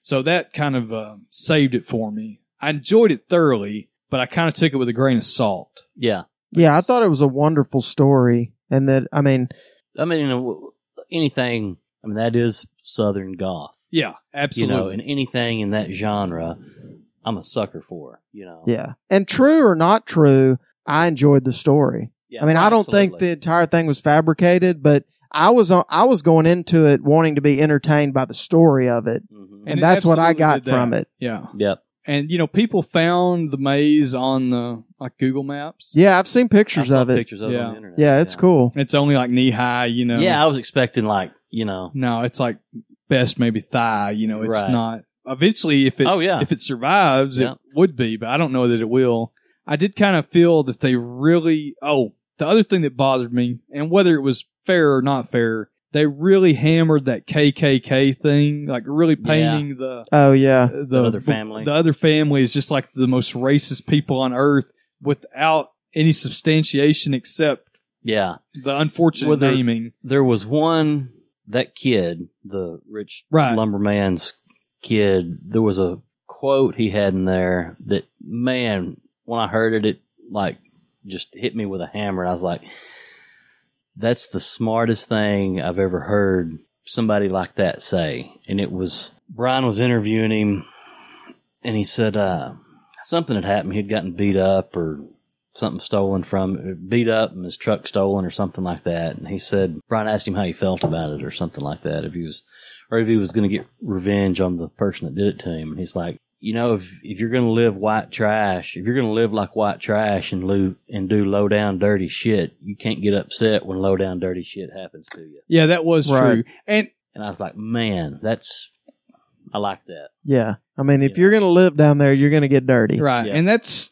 [SPEAKER 8] So that kind of uh, saved it for me. I enjoyed it thoroughly, but I kind of took it with a grain of salt.
[SPEAKER 6] Yeah.
[SPEAKER 9] Yeah. I
[SPEAKER 8] It's-
[SPEAKER 9] thought it was a wonderful story. And that, I mean,
[SPEAKER 6] I mean, you know, anything. I mean, that is Southern Goth.
[SPEAKER 8] Yeah, absolutely.
[SPEAKER 6] You know, and anything in that genre, I'm a sucker for. You know.
[SPEAKER 9] Yeah. And true or not true, I enjoyed the story.
[SPEAKER 6] Yeah,
[SPEAKER 9] I mean, I don't think
[SPEAKER 6] absolutely.
[SPEAKER 9] the entire thing was fabricated, but I was on, I was going into it wanting to be entertained by the story of it,
[SPEAKER 6] Mhm.
[SPEAKER 9] and,
[SPEAKER 8] it
[SPEAKER 9] that's what I
[SPEAKER 8] absolutely
[SPEAKER 9] got
[SPEAKER 8] did that.
[SPEAKER 9] from it.
[SPEAKER 8] Yeah.
[SPEAKER 6] Yep.
[SPEAKER 8] And you know, people found the maze on the like Google Maps.
[SPEAKER 9] Yeah, I've seen
[SPEAKER 6] I
[SPEAKER 9] pictures
[SPEAKER 6] saw
[SPEAKER 9] of it.
[SPEAKER 6] Pictures of it on
[SPEAKER 8] Yeah.
[SPEAKER 6] the internet.
[SPEAKER 9] Yeah, it's cool.
[SPEAKER 8] It's only like knee high, you know.
[SPEAKER 6] Yeah, I was expecting like you know.
[SPEAKER 8] No, it's like best maybe thigh. You know, it's
[SPEAKER 6] Right.
[SPEAKER 8] not. Eventually, if it
[SPEAKER 6] Oh, yeah.
[SPEAKER 8] if it survives,
[SPEAKER 6] Yeah.
[SPEAKER 8] it would be, but I don't know that it will. I did kind of feel that they really. Oh, the other thing that bothered me, and whether it was fair or not fair, they really hammered that KKK thing, like really painting the
[SPEAKER 9] Oh yeah,
[SPEAKER 8] the,
[SPEAKER 6] other family.
[SPEAKER 8] The other family is just like the most racist people on earth without any substantiation except
[SPEAKER 6] Yeah,
[SPEAKER 8] the unfortunate
[SPEAKER 6] Whether-
[SPEAKER 8] naming.
[SPEAKER 6] there was one that kid, the rich
[SPEAKER 8] Right.
[SPEAKER 6] lumberman's kid. There was a quote he had in there that man, when I heard it, it like just hit me with a hammer. I was like, "That's the smartest thing I've ever heard somebody like that say." And it was Brian was interviewing him, and he said uh, something had happened. He'd gotten beat up or something stolen from beat up and his truck stolen or something like that and he said brian asked him how he felt about it or something like that if he was or if he was going to get revenge on the person that did it to him and he's like you know if, if you're going to live white trash if you're going to live like white trash and lo- and do low down dirty shit you can't get upset when low down dirty shit happens to you
[SPEAKER 8] Yeah, that was
[SPEAKER 9] Right.
[SPEAKER 8] true. And
[SPEAKER 6] and i was like man that's i like that
[SPEAKER 9] yeah. I mean, if
[SPEAKER 6] Yeah.
[SPEAKER 9] you're gonna live down there, you're gonna get dirty.
[SPEAKER 8] right,
[SPEAKER 6] Yeah.
[SPEAKER 8] and that's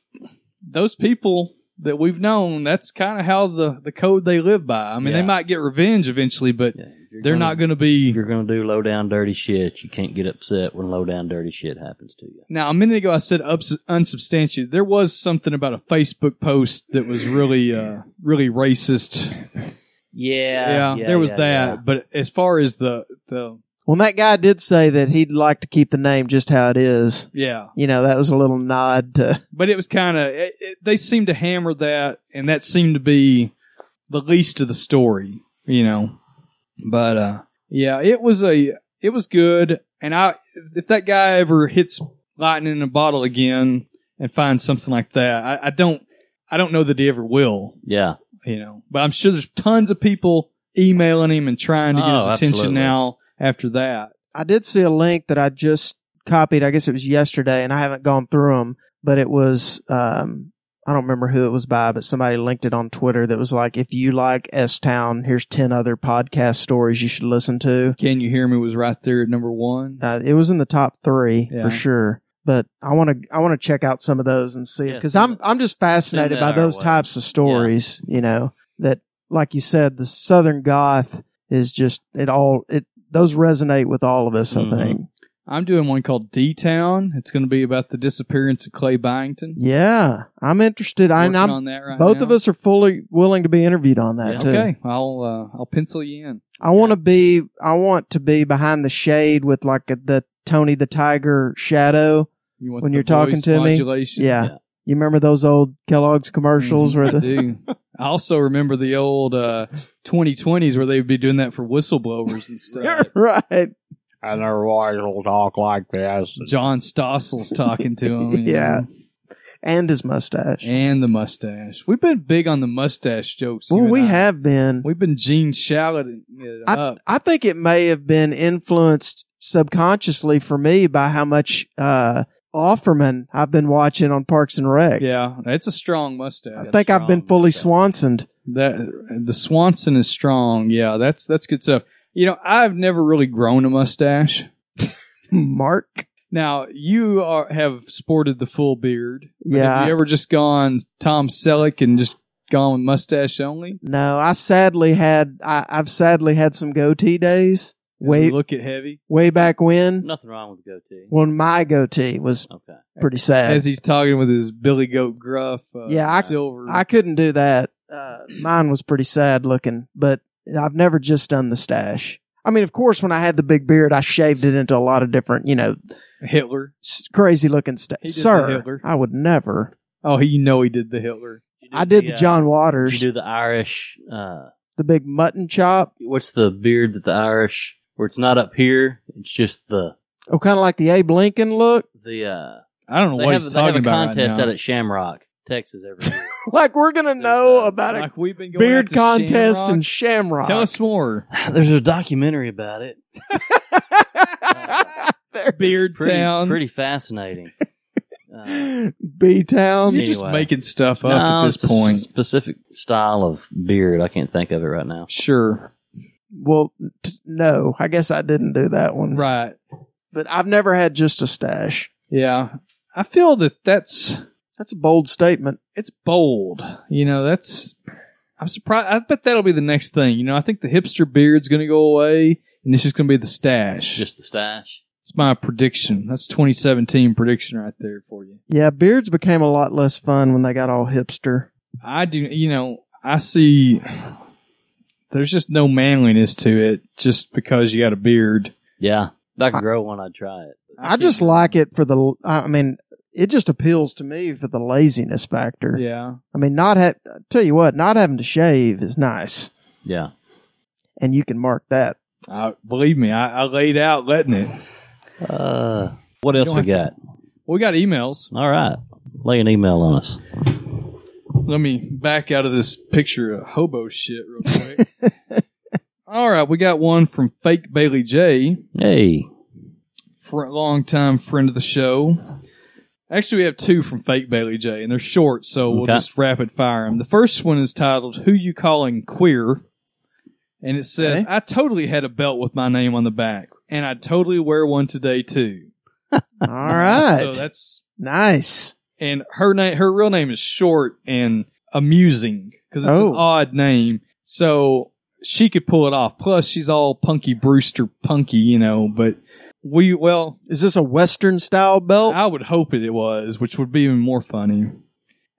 [SPEAKER 8] those people that we've known. That's kind of how the the code they live by. I mean,
[SPEAKER 6] Yeah.
[SPEAKER 8] they might get revenge eventually, but
[SPEAKER 6] yeah, if you're
[SPEAKER 8] they're
[SPEAKER 6] gonna-
[SPEAKER 8] not going to
[SPEAKER 6] if
[SPEAKER 8] be.
[SPEAKER 6] you're going to do low down dirty shit you can't get upset when low down dirty shit happens to you
[SPEAKER 8] Now, a minute ago, I said ups, unsubstantiated. There was something about a Facebook post that was really, uh, really racist.
[SPEAKER 6] yeah
[SPEAKER 8] yeah, there was
[SPEAKER 6] yeah,
[SPEAKER 8] that.
[SPEAKER 6] yeah.
[SPEAKER 8] But as far as the the
[SPEAKER 9] Well, that guy did say that he'd like to keep the name just how it is.
[SPEAKER 8] yeah,
[SPEAKER 9] You know, that was a little nod to.
[SPEAKER 8] but it was kind of it, it- they seemed to hammer that, and that seemed to be the least of the story, you know. But uh, yeah, it was a it was good, and I if that guy ever hits lightning in a bottle again and finds something like that, I, I don't I don't know that he ever will.
[SPEAKER 6] Yeah.
[SPEAKER 8] you know. But I'm sure there's tons of people emailing him and trying to get
[SPEAKER 6] Oh,
[SPEAKER 8] his attention
[SPEAKER 6] absolutely.
[SPEAKER 8] now after that.
[SPEAKER 9] I did see a link that I just copied. I guess it was yesterday, and I haven't gone through them, but it was. Um, I don't remember who it was by, but somebody linked it on Twitter that was like, if you like S Town, here's 10 other podcast stories you should listen to.
[SPEAKER 8] Can you hear me was right there at number one.
[SPEAKER 9] Uh, it was in the top three
[SPEAKER 8] Yeah.
[SPEAKER 9] for sure. But I want to I want to check out some of those and see
[SPEAKER 6] Yeah,
[SPEAKER 9] because
[SPEAKER 6] send
[SPEAKER 9] I'm
[SPEAKER 6] it-
[SPEAKER 9] I'm just fascinated
[SPEAKER 6] that
[SPEAKER 9] by
[SPEAKER 6] our
[SPEAKER 9] those
[SPEAKER 6] way.
[SPEAKER 9] types of stories. You know that, like you said, the Southern Goth is just it all it those resonate with all of us.
[SPEAKER 6] Mhm.
[SPEAKER 9] I think.
[SPEAKER 8] I'm doing one called D Town. It's going to be about the disappearance of Clay Byington.
[SPEAKER 9] Yeah, I'm interested. I, and
[SPEAKER 8] Working
[SPEAKER 9] I'm
[SPEAKER 8] on that right
[SPEAKER 9] both
[SPEAKER 8] now.
[SPEAKER 9] of us are fully willing to be interviewed on that
[SPEAKER 6] Yeah.
[SPEAKER 9] too.
[SPEAKER 8] Okay, I'll uh, I'll pencil you in.
[SPEAKER 9] I want to be I want to be behind the shade with like a, the Tony the Tiger shadow.
[SPEAKER 8] You want
[SPEAKER 9] When
[SPEAKER 8] the
[SPEAKER 9] you're talking
[SPEAKER 8] voice
[SPEAKER 9] to me?
[SPEAKER 8] modulation?
[SPEAKER 9] Yeah.
[SPEAKER 6] Yeah.
[SPEAKER 9] You remember those old Kellogg's commercials
[SPEAKER 8] Mhm,
[SPEAKER 9] where
[SPEAKER 8] I
[SPEAKER 9] the
[SPEAKER 8] do. I also remember the old uh, 2020s where they would be doing that for whistleblowers and stuff.
[SPEAKER 9] right.
[SPEAKER 10] And otherwise it'll talk like this.
[SPEAKER 8] John Stossel's talking to him. you
[SPEAKER 9] Yeah.
[SPEAKER 8] know.
[SPEAKER 9] And his mustache.
[SPEAKER 8] And the mustache. We've been big on the mustache jokes. you
[SPEAKER 9] well,
[SPEAKER 8] and
[SPEAKER 9] we
[SPEAKER 8] I.
[SPEAKER 9] have been.
[SPEAKER 8] We've been Gene Shalit it up.
[SPEAKER 9] I think it may have been influenced subconsciously for me by how much uh Offerman I've been watching on Parks and Rec.
[SPEAKER 8] Yeah, it's a strong mustache.
[SPEAKER 9] I think I've been
[SPEAKER 6] Strong
[SPEAKER 9] fully
[SPEAKER 6] mustache.
[SPEAKER 9] Swansoned.
[SPEAKER 8] That the Swanson is strong. Yeah, that's that's good stuff. You know, I've never really grown a mustache.
[SPEAKER 9] Mark.
[SPEAKER 8] Now you are have sported the full beard. but
[SPEAKER 9] Yeah.
[SPEAKER 8] Have you ever just gone Tom Selleck and just gone with mustache only?
[SPEAKER 9] No, I sadly had I, I've sadly had some goatee days way
[SPEAKER 8] You look at heavy
[SPEAKER 9] way back when
[SPEAKER 6] Nothing wrong with goatee.
[SPEAKER 9] when my goatee was
[SPEAKER 6] Okay.
[SPEAKER 9] pretty sad.
[SPEAKER 8] as he's talking with his Billy Goat Gruff. Uh,
[SPEAKER 9] Yeah, I-
[SPEAKER 8] silver.
[SPEAKER 9] I couldn't do that. Uh, mine was pretty sad looking, but I've never just done the stash. I mean, of course, when I had the big beard, I shaved it into a lot of different, you know,
[SPEAKER 8] Hitler.
[SPEAKER 9] s- crazy looking stuff.
[SPEAKER 8] He did the
[SPEAKER 9] Sir,
[SPEAKER 8] Hitler.
[SPEAKER 9] I would never.
[SPEAKER 8] Oh, he, you know he did uh, the Hitler.
[SPEAKER 9] I did the John
[SPEAKER 6] You
[SPEAKER 9] Waters,
[SPEAKER 6] do the Irish. Uh,
[SPEAKER 9] the big mutton chop.
[SPEAKER 6] what's the beard that the Irish where it's not up here. It's just the
[SPEAKER 9] Oh, kind of like the Abe Lincoln look.
[SPEAKER 6] the uh,
[SPEAKER 8] I don't know
[SPEAKER 6] they
[SPEAKER 8] what
[SPEAKER 6] have
[SPEAKER 8] he's
[SPEAKER 6] they have
[SPEAKER 8] talking
[SPEAKER 6] a
[SPEAKER 8] about. right
[SPEAKER 6] contest
[SPEAKER 8] now.
[SPEAKER 6] out at Shamrock, Texas every year.
[SPEAKER 9] Like we're gonna know
[SPEAKER 6] uh,
[SPEAKER 9] about a
[SPEAKER 8] Like we've been going
[SPEAKER 9] beard
[SPEAKER 8] out to
[SPEAKER 9] contest
[SPEAKER 8] Shamrock.
[SPEAKER 9] and Shamrock.
[SPEAKER 8] Tell us more.
[SPEAKER 6] There's a documentary about it.
[SPEAKER 9] There's
[SPEAKER 8] Beard
[SPEAKER 6] Pretty,
[SPEAKER 8] Town.
[SPEAKER 6] pretty fascinating. Uh,
[SPEAKER 9] B Town.
[SPEAKER 8] You're just
[SPEAKER 6] Anyway.
[SPEAKER 8] making stuff up
[SPEAKER 6] Uh, no,
[SPEAKER 8] at this
[SPEAKER 6] it's a
[SPEAKER 8] point.
[SPEAKER 6] specific style of beard. I can't think of it right now.
[SPEAKER 8] Sure.
[SPEAKER 9] Well, t- no, I guess I didn't do that one.
[SPEAKER 8] Right.
[SPEAKER 9] But I've never had just a stash.
[SPEAKER 8] Yeah. I feel that that's
[SPEAKER 9] That's a bold statement.
[SPEAKER 8] it's bold. You know, that's I'm surprised. I bet that'll be the next thing. You know, I think the hipster beard's going to go away, and it's just going to be the stash.
[SPEAKER 6] Just the stash.
[SPEAKER 8] it's my prediction. That's 2017 prediction right there for you.
[SPEAKER 9] Yeah, beards became a lot less fun when they got all hipster.
[SPEAKER 8] I do. You know, I see. There's just no manliness to it, just because you got a beard.
[SPEAKER 6] Yeah. If I could grow one, I'd try it.
[SPEAKER 9] I just like it for the. I mean, it just appeals to me for the laziness factor.
[SPEAKER 8] Yeah.
[SPEAKER 9] I mean, not have. Tell you what, not having to shave is nice,
[SPEAKER 6] Yeah.
[SPEAKER 9] and you can mark that.
[SPEAKER 8] I, believe me, I, I laid out letting it.
[SPEAKER 6] Uh, what else
[SPEAKER 8] don't
[SPEAKER 6] we
[SPEAKER 8] have
[SPEAKER 6] got?
[SPEAKER 8] We got emails.
[SPEAKER 6] All right. Lay an email on us.
[SPEAKER 8] Let me back out of this picture of hobo shit real quick. All right, we got one from Fake Bailey J,
[SPEAKER 6] Hey.
[SPEAKER 8] for a long time friend of the show. Actually, we have two from Fake Bailey J, and they're short, so we'll
[SPEAKER 6] Okay.
[SPEAKER 8] just rapid fire them. The first one is titled "Who You Calling Queer," and it says,
[SPEAKER 9] Okay.
[SPEAKER 8] "I totally had a belt with my name on the back, and I totally wear one today too."
[SPEAKER 9] All right,
[SPEAKER 8] So that's
[SPEAKER 9] nice.
[SPEAKER 8] and her name her real name is short and amusing because it's
[SPEAKER 9] Oh.
[SPEAKER 8] an odd name so she could pull it off plus she's all punky brewster punky you know but we well
[SPEAKER 9] Is this a Western style belt?
[SPEAKER 8] i would hope it was which would be even more funny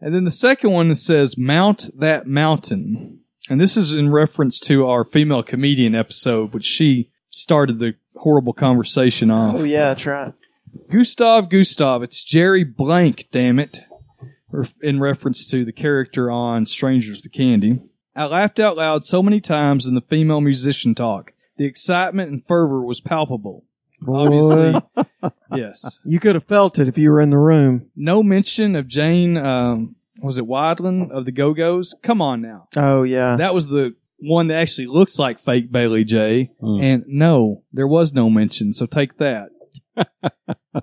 [SPEAKER 8] and then the second one says mount that mountain and this is in reference to our female comedian episode which she started the horrible conversation off
[SPEAKER 9] oh yeah, that's right.
[SPEAKER 8] Gustav, Gustav, it's Jerry Blank, damn it. Ref- In reference to the character on Strangers to Candy. I laughed out loud so many times in the female musician talk. The excitement and fervor was palpable. Obviously, yes.
[SPEAKER 9] You could have felt it if you were in the room.
[SPEAKER 8] No mention of Jane, um, was it Wideland of the Go Go's? Come on now.
[SPEAKER 9] Oh yeah.
[SPEAKER 8] That was the one that actually looks like fake Bailey J.
[SPEAKER 6] Hmm.
[SPEAKER 8] And no, there was no mention, so take that.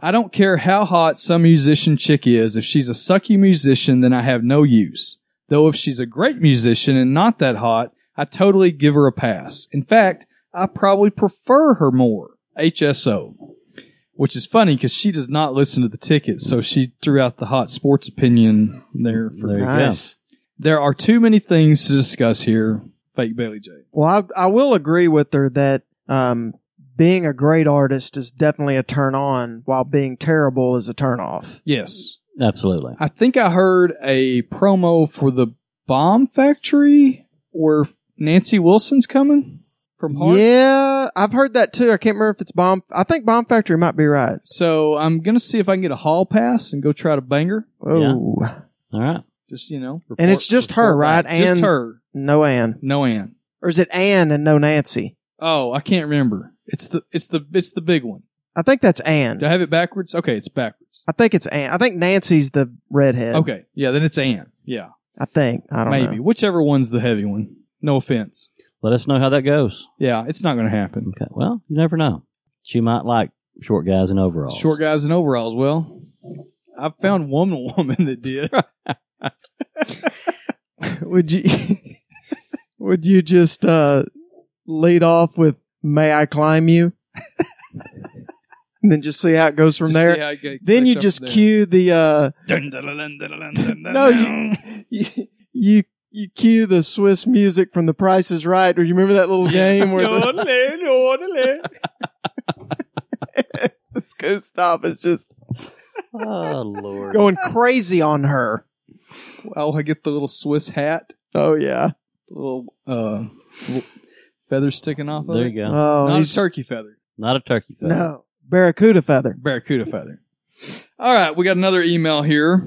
[SPEAKER 8] I don't care how hot some musician chick is. If she's a sucky musician, then I have no use. Though if she's a great musician and not that hot, I totally give her a pass. In fact, I probably prefer her more. HSO. Which is funny because she does not listen to the tickets, so she threw out the hot sports opinion there. For
[SPEAKER 6] There you go.
[SPEAKER 9] nice.
[SPEAKER 8] There are too many things to discuss here. Fake Bailey J.
[SPEAKER 9] Well, I, I will agree with her that um, being a great artist is definitely a turn on, while being terrible is a turn off.
[SPEAKER 8] Yes.
[SPEAKER 6] Absolutely.
[SPEAKER 8] I think I heard a promo for the Bomb Factory where Nancy Wilson's coming from Heart.
[SPEAKER 9] Yeah, I've heard that too. I can't remember if it's Bomb. I think Bomb Factory might be right.
[SPEAKER 8] So I'm going to see if I can get a hall pass and go try to bang her.
[SPEAKER 9] Oh,
[SPEAKER 6] All right.
[SPEAKER 8] Just, you know.
[SPEAKER 9] And it's just her,
[SPEAKER 8] report
[SPEAKER 9] right?
[SPEAKER 8] back. Just
[SPEAKER 9] And-
[SPEAKER 8] her.
[SPEAKER 9] no Ann,
[SPEAKER 8] No Ann.
[SPEAKER 9] or is it Ann and no Nancy?
[SPEAKER 8] Oh, I can't remember. It's the it's the it's the big one.
[SPEAKER 9] I think that's
[SPEAKER 8] Do I
[SPEAKER 9] Ann.
[SPEAKER 8] have it backwards? Okay, it's backwards.
[SPEAKER 9] I think it's Ann. I think Nancy's the redhead.
[SPEAKER 8] Okay, yeah, then it's Ann. Yeah,
[SPEAKER 9] I think I don't
[SPEAKER 8] maybe
[SPEAKER 9] know.
[SPEAKER 8] whichever one's the heavy one. No offense.
[SPEAKER 6] Let us know how that goes.
[SPEAKER 8] Yeah, it's not going to happen.
[SPEAKER 6] Okay. Well, you never know. She might like short guys in overalls.
[SPEAKER 8] Short guys in overalls. Well, I found one woman that did.
[SPEAKER 9] Would you? would you just uh, lead off with "May I climb you"? and then just see how it goes from
[SPEAKER 8] Just
[SPEAKER 9] there.
[SPEAKER 8] see how it goes-
[SPEAKER 9] then you
[SPEAKER 8] goes up
[SPEAKER 9] just
[SPEAKER 8] there.
[SPEAKER 9] cue the uh,
[SPEAKER 8] Dun, dun, dun, dun, dun, dun, dun, dun,
[SPEAKER 9] No,
[SPEAKER 8] dun.
[SPEAKER 9] you, you you cue the Swiss music from The Price Is Right. Or you remember that little game where the,
[SPEAKER 8] Yodeling, yodeling.
[SPEAKER 9] this Gustav is just
[SPEAKER 6] Oh, Lord.
[SPEAKER 9] going crazy on her.
[SPEAKER 8] Oh, I get the little Swiss hat,
[SPEAKER 9] Oh yeah.
[SPEAKER 8] the little uh, little feather sticking off of
[SPEAKER 6] There
[SPEAKER 8] it.
[SPEAKER 6] you go.
[SPEAKER 9] Oh,
[SPEAKER 8] Not a
[SPEAKER 9] he's,
[SPEAKER 8] turkey feather,
[SPEAKER 6] Not a turkey feather.
[SPEAKER 9] no barracuda feather.
[SPEAKER 8] barracuda feather. All right, we got another email here.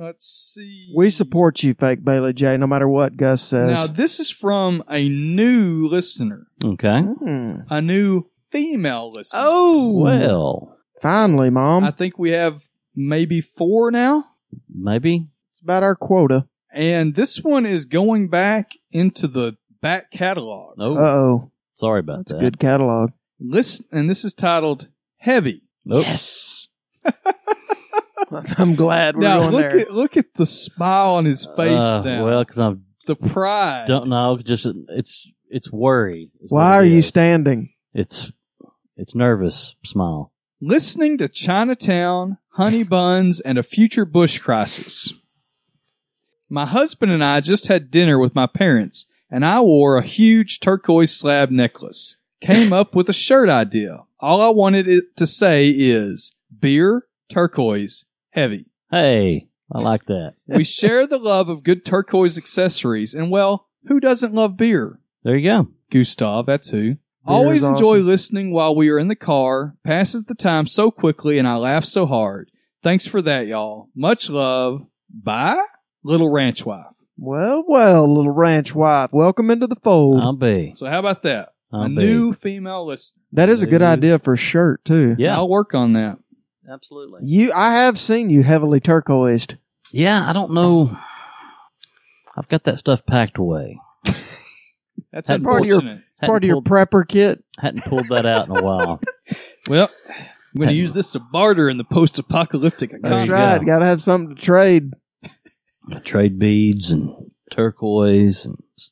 [SPEAKER 8] Let's see.
[SPEAKER 9] We support you, fake Bailey J. No matter what Gus
[SPEAKER 8] Now
[SPEAKER 9] says.
[SPEAKER 8] this is from a new listener,
[SPEAKER 6] Okay.
[SPEAKER 9] Hmm.
[SPEAKER 8] a new female listener.
[SPEAKER 9] Oh,
[SPEAKER 6] Well,
[SPEAKER 9] finally, mom.
[SPEAKER 8] I think we have maybe four now.
[SPEAKER 6] maybe.
[SPEAKER 9] it's about our quota.
[SPEAKER 8] And this one is going back into the back catalog.
[SPEAKER 9] Uh
[SPEAKER 6] No,
[SPEAKER 9] oh,
[SPEAKER 6] sorry about
[SPEAKER 9] that's a
[SPEAKER 6] that.
[SPEAKER 9] good catalog.
[SPEAKER 8] Listen, and this is titled Heavy.
[SPEAKER 9] Yes. I'm glad we're
[SPEAKER 8] now
[SPEAKER 9] going
[SPEAKER 8] look
[SPEAKER 9] there.
[SPEAKER 8] at look at the smile on his face.
[SPEAKER 6] Uh,
[SPEAKER 8] now,
[SPEAKER 6] Well, because I
[SPEAKER 8] the pride.
[SPEAKER 6] don't know. Just it's it's worry. is what
[SPEAKER 9] Why
[SPEAKER 6] it
[SPEAKER 9] are you
[SPEAKER 6] is.
[SPEAKER 9] standing?
[SPEAKER 6] It's it's nervous smile.
[SPEAKER 8] Listening to Chinatown, Honey Buns, and a Future Bush Crisis. My husband and I just had dinner with my parents, and I wore a huge turquoise slab necklace. Came up with a shirt idea. All I wanted it to say is beer, turquoise, heavy.
[SPEAKER 6] Hey, I like that.
[SPEAKER 8] We share the love of good turquoise accessories, and well, who doesn't love beer?
[SPEAKER 6] There you go.
[SPEAKER 8] Gustav, that's who.
[SPEAKER 9] Beer
[SPEAKER 8] Always
[SPEAKER 9] is
[SPEAKER 8] enjoy
[SPEAKER 9] awesome.
[SPEAKER 8] listening while we are in the car. Passes the time so quickly and I laugh so hard. Thanks for that, y'all. Much love. Bye. Little Ranch Wife.
[SPEAKER 9] Well, well, little ranch wife, welcome into the fold.
[SPEAKER 6] I'll be.
[SPEAKER 8] So how about that?
[SPEAKER 6] I'll
[SPEAKER 8] a
[SPEAKER 6] be.
[SPEAKER 8] new female listener.
[SPEAKER 9] that is a good
[SPEAKER 6] dude.
[SPEAKER 9] idea for a shirt too.
[SPEAKER 6] Yeah,
[SPEAKER 8] I'll work on that.
[SPEAKER 6] absolutely.
[SPEAKER 9] You, I have seen you heavily turquoised.
[SPEAKER 6] Yeah, I don't know. I've got that stuff packed away.
[SPEAKER 8] That's
[SPEAKER 6] That
[SPEAKER 9] part of your-
[SPEAKER 8] unfortunate.
[SPEAKER 6] Hadn't
[SPEAKER 9] Part of your
[SPEAKER 6] pulled-
[SPEAKER 9] prepper kit.
[SPEAKER 6] hadn't pulled that out in a while.
[SPEAKER 8] Well, I'm going to use this to barter in the post-apocalyptic
[SPEAKER 6] There
[SPEAKER 9] That's
[SPEAKER 8] economy.
[SPEAKER 6] you
[SPEAKER 9] right.
[SPEAKER 6] go.
[SPEAKER 9] Got to have something to trade.
[SPEAKER 6] Trade beads and turquoise and s-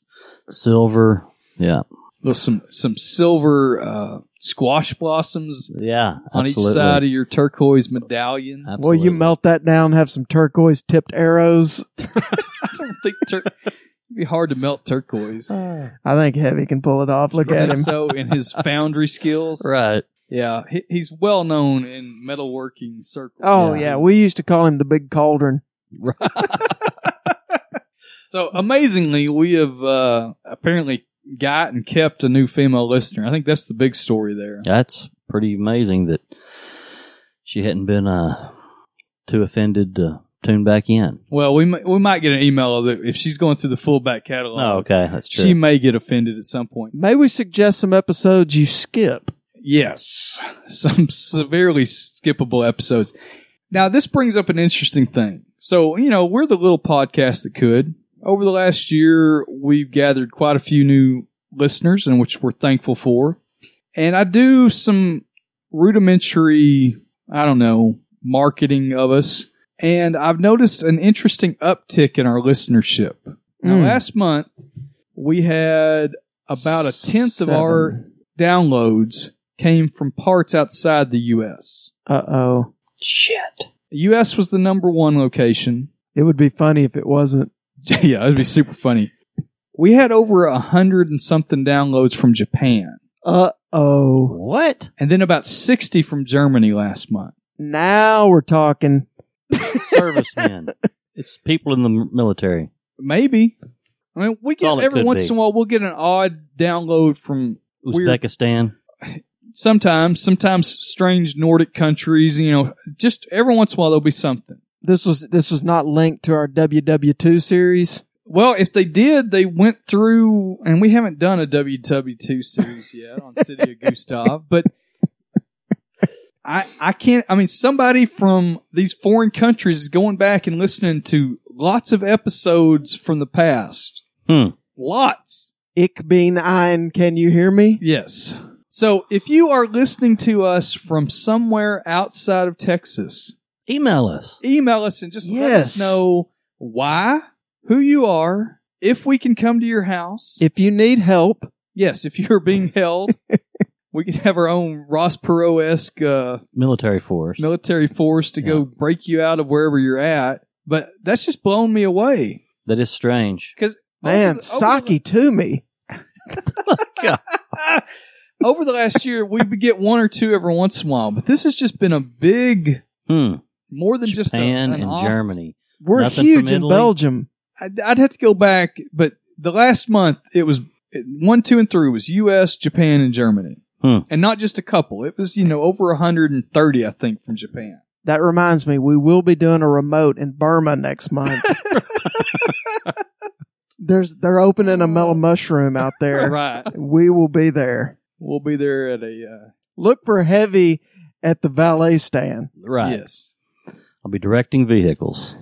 [SPEAKER 6] silver. Yeah,
[SPEAKER 8] With some some silver uh, squash blossoms
[SPEAKER 6] yeah,
[SPEAKER 8] on
[SPEAKER 6] absolutely.
[SPEAKER 8] each side of your turquoise medallion. I
[SPEAKER 9] Well, you
[SPEAKER 6] Absolutely.
[SPEAKER 9] melt that down, have some turquoise tipped arrows.
[SPEAKER 8] don't think tur- it'd be hard to melt turquoise.
[SPEAKER 9] I think Heavy can pull it off. Look at
[SPEAKER 8] And
[SPEAKER 9] him.
[SPEAKER 8] So in his foundry skills,
[SPEAKER 6] right.
[SPEAKER 8] yeah, he, he's well known in metalworking circles.
[SPEAKER 9] Oh, yeah. We used to call him the big cauldron.
[SPEAKER 8] So amazingly, we have uh, apparently got and kept a new female listener. I think that's the big story there.
[SPEAKER 6] That's pretty amazing that she hadn't been uh, too offended to tune back in.
[SPEAKER 8] Well, we might, we might get an email of it if she's going through the full back catalog.
[SPEAKER 6] Oh, okay, that's true.
[SPEAKER 8] She may get offended at some point.
[SPEAKER 9] May we suggest some episodes you skip?
[SPEAKER 8] Yes, some severely skippable episodes. Now, this brings up an interesting thing. So, you know, we're the little podcast that could. Over the last year, we've gathered quite a few new listeners, and which we're thankful for. And I do some rudimentary, I don't know, marketing of us. And I've noticed an interesting uptick in our listenership. Now,
[SPEAKER 9] Mm.
[SPEAKER 8] last month, we had about a tenth of our downloads came from parts outside the U.S.
[SPEAKER 9] Uh oh.
[SPEAKER 6] Shit.
[SPEAKER 8] The U.S. was the number one location.
[SPEAKER 9] It would be funny if it wasn't.
[SPEAKER 8] yeah, that'd be super funny. We had over a hundred and something downloads from Japan,
[SPEAKER 9] Uh oh.
[SPEAKER 6] What?
[SPEAKER 8] and then about sixty from Germany last month.
[SPEAKER 9] Now we're talking.
[SPEAKER 6] Servicemen. it's people in the m- military.
[SPEAKER 8] Maybe. I mean, we
[SPEAKER 6] all
[SPEAKER 8] get
[SPEAKER 6] it
[SPEAKER 8] every
[SPEAKER 6] could
[SPEAKER 8] once
[SPEAKER 6] be.
[SPEAKER 8] in a while we'll get an odd download from Weird.
[SPEAKER 6] Uzbekistan.
[SPEAKER 8] sometimes, sometimes strange Nordic countries. You know, just every once in a while there'll be something.
[SPEAKER 9] This was this was not linked to our WW2 series.
[SPEAKER 8] Well, if they did, they went through, and we haven't done a WW2 series yet on City of Gustav, but I I can't. I mean, somebody from these foreign countries is going back and listening to lots of episodes from the past.
[SPEAKER 6] Hmm.
[SPEAKER 8] Lots.
[SPEAKER 9] Ich bin ein. Can you hear me?
[SPEAKER 8] Yes. So if you are listening to us from somewhere outside of Texas,
[SPEAKER 6] Email us.
[SPEAKER 8] email us and just let
[SPEAKER 9] Yes.
[SPEAKER 8] us know why, who you are, if we can come to your house.
[SPEAKER 9] If you need help,
[SPEAKER 8] Yes, if you're being held, we could have our own Ross Perot esque uh,
[SPEAKER 6] Military force.
[SPEAKER 8] military force to
[SPEAKER 6] Yeah.
[SPEAKER 8] go break you out of wherever you're at. But that's just blown me away.
[SPEAKER 6] That is strange.
[SPEAKER 8] Because
[SPEAKER 9] man, Saki to me.
[SPEAKER 8] over the last year, we would get one or two every once in a while, but this has just been a big,
[SPEAKER 6] Hmm.
[SPEAKER 8] more than just a,
[SPEAKER 6] Japan
[SPEAKER 8] an
[SPEAKER 6] and
[SPEAKER 8] off-
[SPEAKER 6] Germany.
[SPEAKER 9] We're
[SPEAKER 6] Nothing
[SPEAKER 9] huge
[SPEAKER 6] from
[SPEAKER 9] in
[SPEAKER 6] Italy?
[SPEAKER 9] Belgium.
[SPEAKER 8] I'd, I'd have to go back, but the last month it was it- one, two, and three was U.S., Japan, and Germany,
[SPEAKER 6] Hmm.
[SPEAKER 8] and not just a couple. It was you know over 130, I think, from Japan.
[SPEAKER 9] That reminds me, we will be doing a remote in Burma next month. There's they're opening a metal mushroom out there.
[SPEAKER 8] right.
[SPEAKER 9] We will be there.
[SPEAKER 8] We'll be there at a uh,
[SPEAKER 9] Look for heavy at the valet stand.
[SPEAKER 8] uh,
[SPEAKER 6] Right.
[SPEAKER 8] yes.
[SPEAKER 6] I'll be directing vehicles.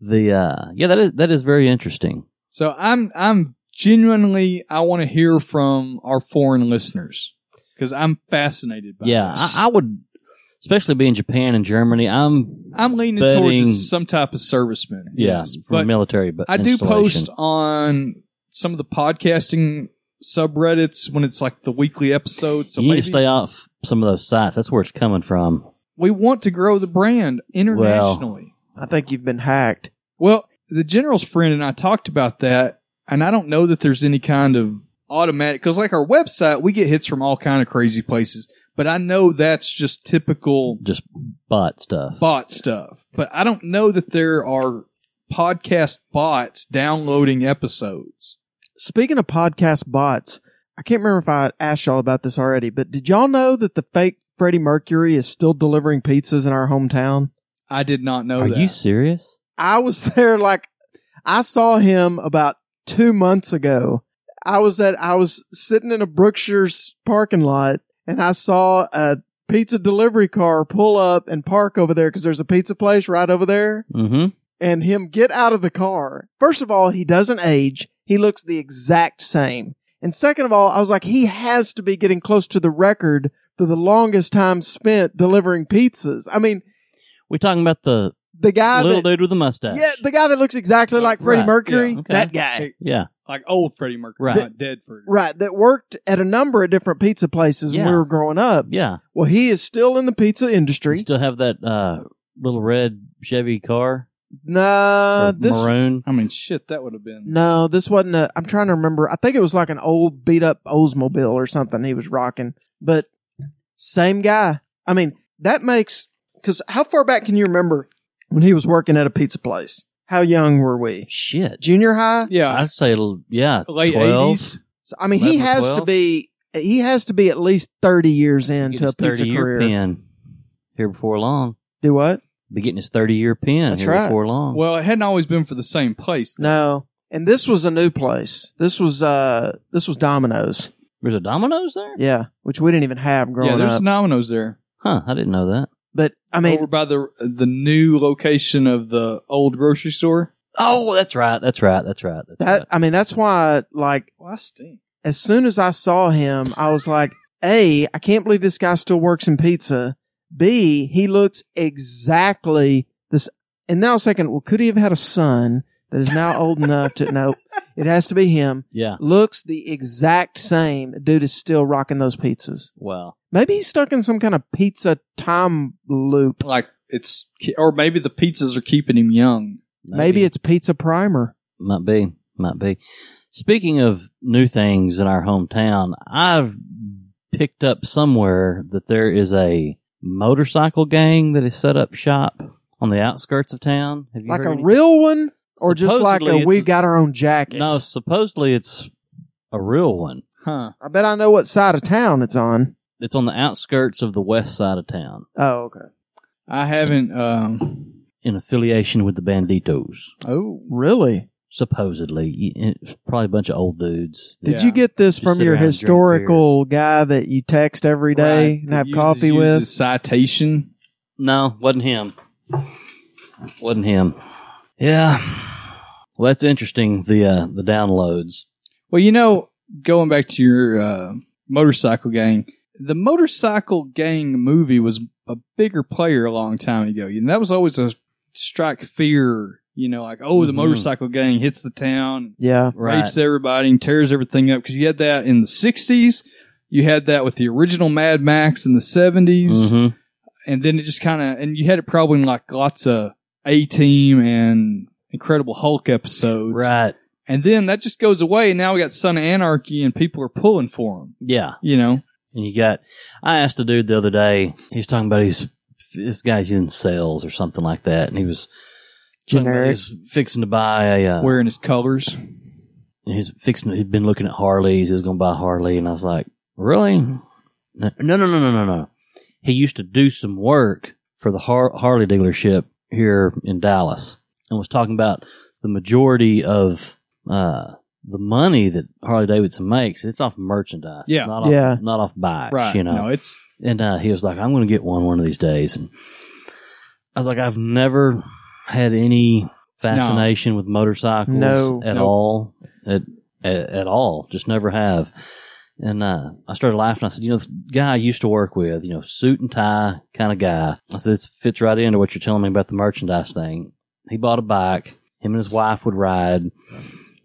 [SPEAKER 6] The uh, yeah, that is that is very interesting.
[SPEAKER 8] So I'm I'm genuinely I want to hear from our foreign listeners because I'm fascinated by.
[SPEAKER 6] Yeah,
[SPEAKER 8] this.
[SPEAKER 6] I, I would, especially being Japan and Germany. I'm
[SPEAKER 8] I'm leaning
[SPEAKER 6] Betting-
[SPEAKER 8] towards it's some type of serviceman.
[SPEAKER 6] yeah, from
[SPEAKER 8] but
[SPEAKER 6] military, but
[SPEAKER 8] I do
[SPEAKER 6] installation.
[SPEAKER 8] post on some of the podcasting subreddits when it's like the weekly episode. So
[SPEAKER 6] you need
[SPEAKER 8] maybe
[SPEAKER 6] to stay off some of those sites. That's where it's coming from.
[SPEAKER 8] we want to grow the brand internationally.
[SPEAKER 9] I think you've been hacked.
[SPEAKER 8] Well, the general's friend and I talked about that, and I don't know that there's any kind of automatic because, like our website, we get hits from all kind of crazy places. But I know that's just typical
[SPEAKER 6] Just bot stuff.
[SPEAKER 8] bot stuff. But I don't know that there are podcast bots downloading episodes.
[SPEAKER 9] Speaking of podcast bots, I can't remember if I asked y'all about this already, but did y'all know that the fake Freddie Mercury is still delivering pizzas in our hometown?
[SPEAKER 8] I did not know
[SPEAKER 6] Are
[SPEAKER 8] that.
[SPEAKER 6] you serious?
[SPEAKER 9] I was there like I saw him about two months ago. I was at I was sitting in a Brookshire's parking lot and I saw a pizza delivery car pull up and park over there because there's a pizza place right over there
[SPEAKER 6] Mm-hmm.
[SPEAKER 9] and him get out of the car. First of all, he doesn't age. He looks the exact same. And second of all, I was like, he has to be getting close to the record for the longest time spent delivering pizzas. I mean,
[SPEAKER 6] We talking about the
[SPEAKER 9] Ah, the guy
[SPEAKER 6] little
[SPEAKER 9] that,
[SPEAKER 6] dude with the mustache?
[SPEAKER 9] yeah, the guy that looks exactly like Freddie
[SPEAKER 6] Right,
[SPEAKER 9] Mercury.
[SPEAKER 6] yeah, okay.
[SPEAKER 9] That guy.
[SPEAKER 6] yeah.
[SPEAKER 8] like old Freddie Mercury,
[SPEAKER 6] Right.
[SPEAKER 8] not dead Freddie.
[SPEAKER 9] Right. That worked at a number of different pizza places when we
[SPEAKER 6] Yeah.
[SPEAKER 9] were growing up.
[SPEAKER 6] yeah.
[SPEAKER 9] Well, he is still in the pizza
[SPEAKER 6] You
[SPEAKER 9] industry.
[SPEAKER 6] still have that uh, little red Chevy car,
[SPEAKER 9] nah,
[SPEAKER 6] or
[SPEAKER 9] Uh, this.
[SPEAKER 6] maroon.
[SPEAKER 8] I mean, shit, that would have been.
[SPEAKER 9] No, this wasn't a. I'm trying to remember. I think it was like an old beat up Oldsmobile or something he was rocking. But same guy. I mean, that makes. Because how far back can you remember when he was working at a pizza place? How young were we?
[SPEAKER 6] Shit.
[SPEAKER 9] Junior high?
[SPEAKER 8] Yeah,
[SPEAKER 6] I'd say l- yeah,
[SPEAKER 8] late
[SPEAKER 6] 12.
[SPEAKER 8] eighties.
[SPEAKER 9] So, I mean, he
[SPEAKER 6] 11 or
[SPEAKER 9] has to
[SPEAKER 6] 12?
[SPEAKER 9] be. He has to be at least thirty years
[SPEAKER 6] Get
[SPEAKER 9] into a
[SPEAKER 6] his
[SPEAKER 9] pizza
[SPEAKER 6] 30 year
[SPEAKER 9] career.
[SPEAKER 6] Pin here before long.
[SPEAKER 9] Do what?
[SPEAKER 6] Be getting his thirty year pin
[SPEAKER 9] That's
[SPEAKER 6] here
[SPEAKER 9] right.
[SPEAKER 6] before long.
[SPEAKER 8] Well, it hadn't always been for the same place.
[SPEAKER 9] No. And this was a new place. This was uh this was Domino's.
[SPEAKER 6] There's a Domino's there?
[SPEAKER 9] Yeah. Which we didn't even have
[SPEAKER 8] yeah,
[SPEAKER 9] growing
[SPEAKER 8] there's
[SPEAKER 9] up.
[SPEAKER 8] Domino's there
[SPEAKER 6] Huh, I didn't know that.
[SPEAKER 9] but I mean
[SPEAKER 8] over by the the new location of the old grocery store.
[SPEAKER 6] Oh, that's right. That's right. That's right. That's
[SPEAKER 9] that
[SPEAKER 6] right.
[SPEAKER 9] I mean that's why like
[SPEAKER 8] Well, I stink.
[SPEAKER 9] as soon as I saw him, I was like, A, I can't believe this guy still works in pizza. B, he looks exactly this and then I was thinking, well, could he have had a son that is now old enough to nope. It has to be him.
[SPEAKER 6] Yeah.
[SPEAKER 9] Looks the exact same. Dude is still rocking those pizzas.
[SPEAKER 6] Wow.
[SPEAKER 9] Maybe he's stuck in some kind of pizza time loop.
[SPEAKER 8] Like it's, or maybe the pizzas are keeping him young.
[SPEAKER 9] Maybe, it's pizza primer.
[SPEAKER 6] might be. Might be. Speaking of new things in our hometown, I've picked up somewhere that there is a motorcycle gang that is set up shop on the outskirts of town. Have you
[SPEAKER 9] Like
[SPEAKER 6] heard
[SPEAKER 9] a
[SPEAKER 6] any-
[SPEAKER 9] real one? Or just like
[SPEAKER 6] Supposedly
[SPEAKER 9] a
[SPEAKER 6] it's
[SPEAKER 9] we
[SPEAKER 6] a-
[SPEAKER 9] got our own jackets.
[SPEAKER 6] No, supposedly it's a real one.
[SPEAKER 8] Huh.
[SPEAKER 9] I bet I know what side of town it's on.
[SPEAKER 6] It's on the outskirts of the west side of town
[SPEAKER 9] Oh, okay.
[SPEAKER 8] I haven't. Um,
[SPEAKER 6] in affiliation with the Banditos.
[SPEAKER 8] oh,
[SPEAKER 9] Really?
[SPEAKER 6] supposedly You- it's probably a bunch of old dudes
[SPEAKER 9] Did
[SPEAKER 8] Yeah.
[SPEAKER 9] you get this
[SPEAKER 6] Just
[SPEAKER 9] from
[SPEAKER 6] sit
[SPEAKER 9] your
[SPEAKER 6] around and drink
[SPEAKER 9] historical guy that you text every day
[SPEAKER 8] Right.
[SPEAKER 9] and have
[SPEAKER 8] Uses-
[SPEAKER 9] coffee
[SPEAKER 8] uses
[SPEAKER 9] with?
[SPEAKER 8] citation.
[SPEAKER 6] no wasn't him wasn't him yeah well that's interesting the uh the downloads
[SPEAKER 8] Well, you know, going back to your uh, motorcycle gang, the motorcycle gang movie was a bigger player a long time ago, and that was always a strike fear. You know, like oh, the
[SPEAKER 9] Mm-hmm.
[SPEAKER 6] Mhm.
[SPEAKER 8] motorcycle gang hits the town,
[SPEAKER 9] Yeah.
[SPEAKER 6] right
[SPEAKER 8] rapes everybody, and tears everything up. Because you had that in the '60s, you had that with the original Mad Max in the '70s,
[SPEAKER 6] Mhm.
[SPEAKER 8] and then it just kind of, and you had it probably in like lots of A Team and Incredible Hulk episodes,
[SPEAKER 6] right
[SPEAKER 8] and then that just goes away. And now we got Son of Anarchy, and people are pulling for him.
[SPEAKER 6] yeah
[SPEAKER 8] You know,
[SPEAKER 6] and you got i asked a dude the other day he was talking about his this guy's in sales or something like that and he was talking about
[SPEAKER 9] Generic.
[SPEAKER 6] he was fixing to buy a uh,
[SPEAKER 8] wearing his colors.
[SPEAKER 6] he's fixing he'd been looking at Harleys, he was gonna buy a Harley, and I was like, Really? No no no no no no, no. He used to do some work for the Har- Harley dealership here in Dallas and was talking about the majority of uh the money that Harley Davidson makes, it's off merchandise.
[SPEAKER 8] Yeah.
[SPEAKER 6] Not off,
[SPEAKER 9] Yeah.
[SPEAKER 6] Not off bikes,
[SPEAKER 8] Right.
[SPEAKER 6] you know.
[SPEAKER 8] No, it's
[SPEAKER 6] and uh, he was like, I'm going to get one one of these days. And I was like, I've never had any fascination with motorcycles
[SPEAKER 9] No.
[SPEAKER 6] at
[SPEAKER 8] Nope.
[SPEAKER 6] all, at, at, at all, just never have. And uh, I started laughing. I said, You know, this guy I used to work with, you know, suit and tie kind of guy. I said, This fits right into what you're telling me about the merchandise thing. He bought a bike, him and his wife would ride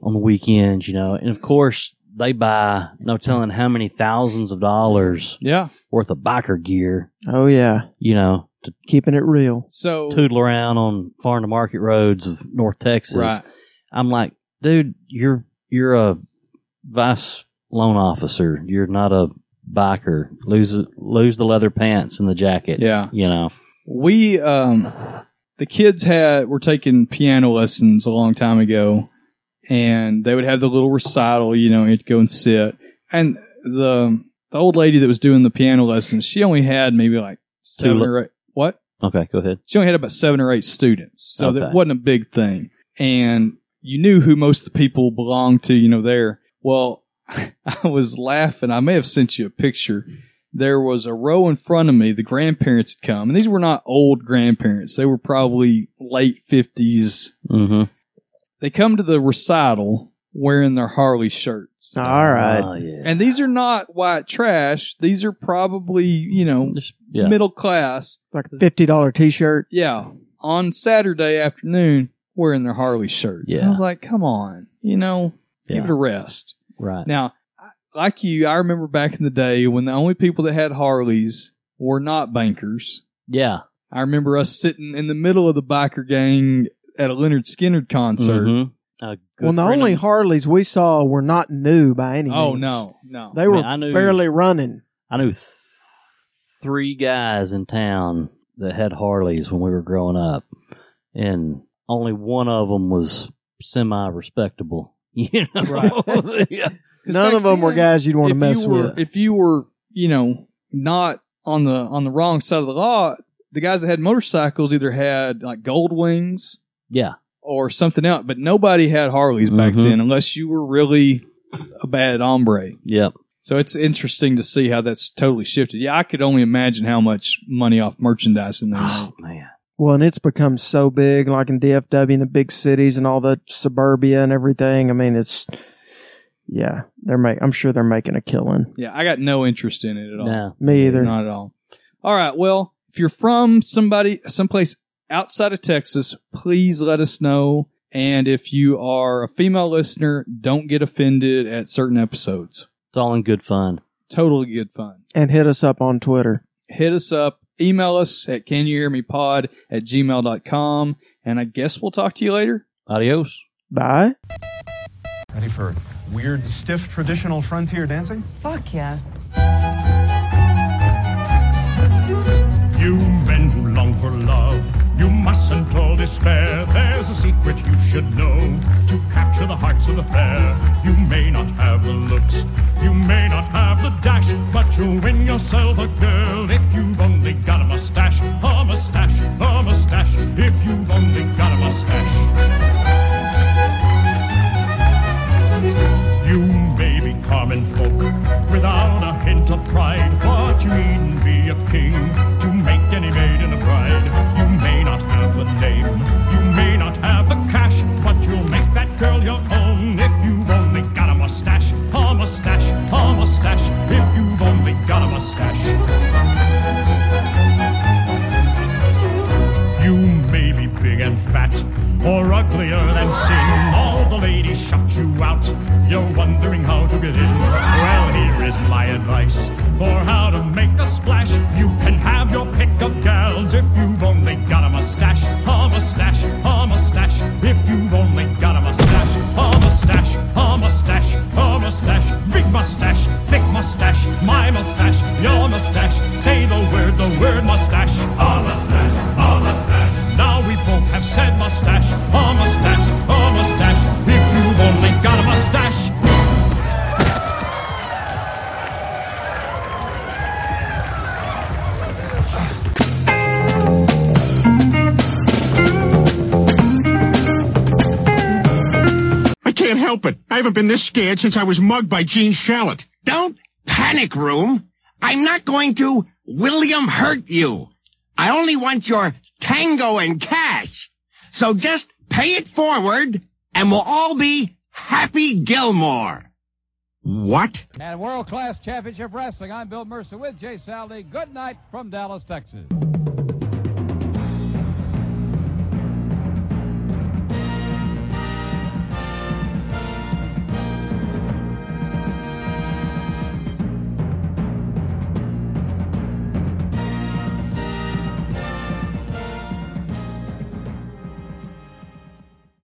[SPEAKER 6] on the weekends, you know, and of course, they buy no telling how many thousands of dollars
[SPEAKER 8] yeah.
[SPEAKER 6] worth of biker gear,
[SPEAKER 9] Oh yeah,
[SPEAKER 6] you know, to
[SPEAKER 9] keeping it real.
[SPEAKER 8] So
[SPEAKER 6] toodle around on farm to market roads of North Texas.
[SPEAKER 8] right.
[SPEAKER 6] I'm like, dude, you're you're a vice loan officer. You're not a biker. Lose lose the leather pants and the jacket.
[SPEAKER 8] Yeah.
[SPEAKER 6] you know.
[SPEAKER 8] We um the kids had were taking piano lessons a long time ago and they would have the little recital, you know, you'd go and sit. And the the old lady that was doing the piano lessons, she only had maybe like seven
[SPEAKER 6] li-
[SPEAKER 8] or eight what?
[SPEAKER 6] Okay, go ahead.
[SPEAKER 8] she only had about seven or eight students, so that
[SPEAKER 6] Okay.
[SPEAKER 8] wasn't a big thing. And you knew who most of the people belonged to, you know, there. Well, I was laughing. I may have sent you a picture. There was a row in front of me. The grandparents had come, and these were not old grandparents. They were probably late fifties.
[SPEAKER 6] Mm-hmm.
[SPEAKER 8] They come to the recital wearing their Harley shirts,
[SPEAKER 9] All right.
[SPEAKER 8] Uh,
[SPEAKER 6] Oh, yeah.
[SPEAKER 8] and these are not white trash. These are probably you know
[SPEAKER 6] Just- yeah.
[SPEAKER 8] middle class.
[SPEAKER 9] Like a fifty dollar t shirt.
[SPEAKER 8] Yeah. On Saturday afternoon, wearing their Harley shirts. And I
[SPEAKER 6] Yeah.
[SPEAKER 8] was like, come on, you know, give
[SPEAKER 6] Yeah.
[SPEAKER 8] it a rest.
[SPEAKER 6] right.
[SPEAKER 8] Now, I- like you, I remember back in the day when the only people that had Harleys were not bankers.
[SPEAKER 6] yeah.
[SPEAKER 8] I remember us sitting in the middle of the biker gang at a Leonard Skinner concert.
[SPEAKER 9] Mm-hmm.
[SPEAKER 6] Mhm. A good
[SPEAKER 9] Well, the
[SPEAKER 6] friend of-
[SPEAKER 9] only Harleys we saw were not new by any means.
[SPEAKER 8] Oh, no, no.
[SPEAKER 9] they were
[SPEAKER 6] Man, I knew-
[SPEAKER 9] barely running.
[SPEAKER 6] I knew th- three guys in town that had Harleys when we were growing up, and only one of them was semi-respectable. You know,
[SPEAKER 9] Right.
[SPEAKER 6] yeah.
[SPEAKER 8] 'Cause
[SPEAKER 9] None
[SPEAKER 8] back
[SPEAKER 9] of them were
[SPEAKER 8] then,
[SPEAKER 9] guys you'd want to
[SPEAKER 8] if
[SPEAKER 9] mess
[SPEAKER 8] you were,
[SPEAKER 9] with.
[SPEAKER 8] If you were, you know, not on the on the wrong side of the law, the guys that had motorcycles either had like gold wings
[SPEAKER 6] yeah,
[SPEAKER 8] or something else, but nobody had Harleys back
[SPEAKER 6] Mhm.
[SPEAKER 8] then unless you were really a bad hombre.
[SPEAKER 6] yep,
[SPEAKER 8] So it's interesting to see how that's totally shifted. Yeah, I could only imagine how much money off merchandising they made.
[SPEAKER 6] Oh man,
[SPEAKER 9] Well, and it's become so big, like in DFW and the big cities and all the suburbia and everything. I mean, it's yeah, they're make. I'm sure they're making a killing.
[SPEAKER 8] Yeah, I got no interest in it at all.
[SPEAKER 6] no,
[SPEAKER 9] Me either.
[SPEAKER 8] Not at all. All right. Well, if you're from somebody, someplace outside of Texas, please let us know. And if you are a female listener, don't get offended at certain episodes.
[SPEAKER 6] it's all in good fun.
[SPEAKER 8] Totally good fun.
[SPEAKER 9] And hit us up on Twitter.
[SPEAKER 8] Hit us up. Email us at can you hear me pod at gmail.com. And I guess we'll talk to you later.
[SPEAKER 6] Adios.
[SPEAKER 9] Bye.
[SPEAKER 11] Ready for weird, stiff, traditional frontier dancing?
[SPEAKER 12] Fuck yes.
[SPEAKER 7] You men who long for love, you mustn't all despair. There's a secret you should know to capture the hearts of the fair. You may not have the looks, you may not have the dash, but you'll win yourself a girl if you've only got a mustache, a mustache, a mustache, if you've only got a mustache. You may be common folk without a hint of pride, but you needn't be a king to make any maiden a bride. You may not have the name, you may not have the cash, but you'll make that girl your own if you've only got a mustache, a mustache, a mustache, if you've only got a mustache. You may be big and fat, or uglier than sin. All the ladies shut you out. You're wondering how to get in. Well, here is my advice for how to make a splash. You can have your pick of gals if you've only got a mustache, a mustache, a mustache. If you've only got a mustache, a mustache, a mustache, a mustache, big mustache, thick mustache, my mustache, your mustache. Say the word, the word mustache. A mustache, a mustache. Now we both have said mustache, a mustache, a mustache. If you've only got a mustache.
[SPEAKER 11] I can't help
[SPEAKER 3] help it. I haven't been this scared since I was mugged by Gene Shalit.
[SPEAKER 7] Don't panic, Room. I'm not going to William hurt you. I only want your tango and cash. So just pay it forward and we'll all be happy Gilmore.
[SPEAKER 3] What?
[SPEAKER 13] And World Class Championship Wrestling. I'm Bill Mercer with Jay Sally. Good night from Dallas, Texas.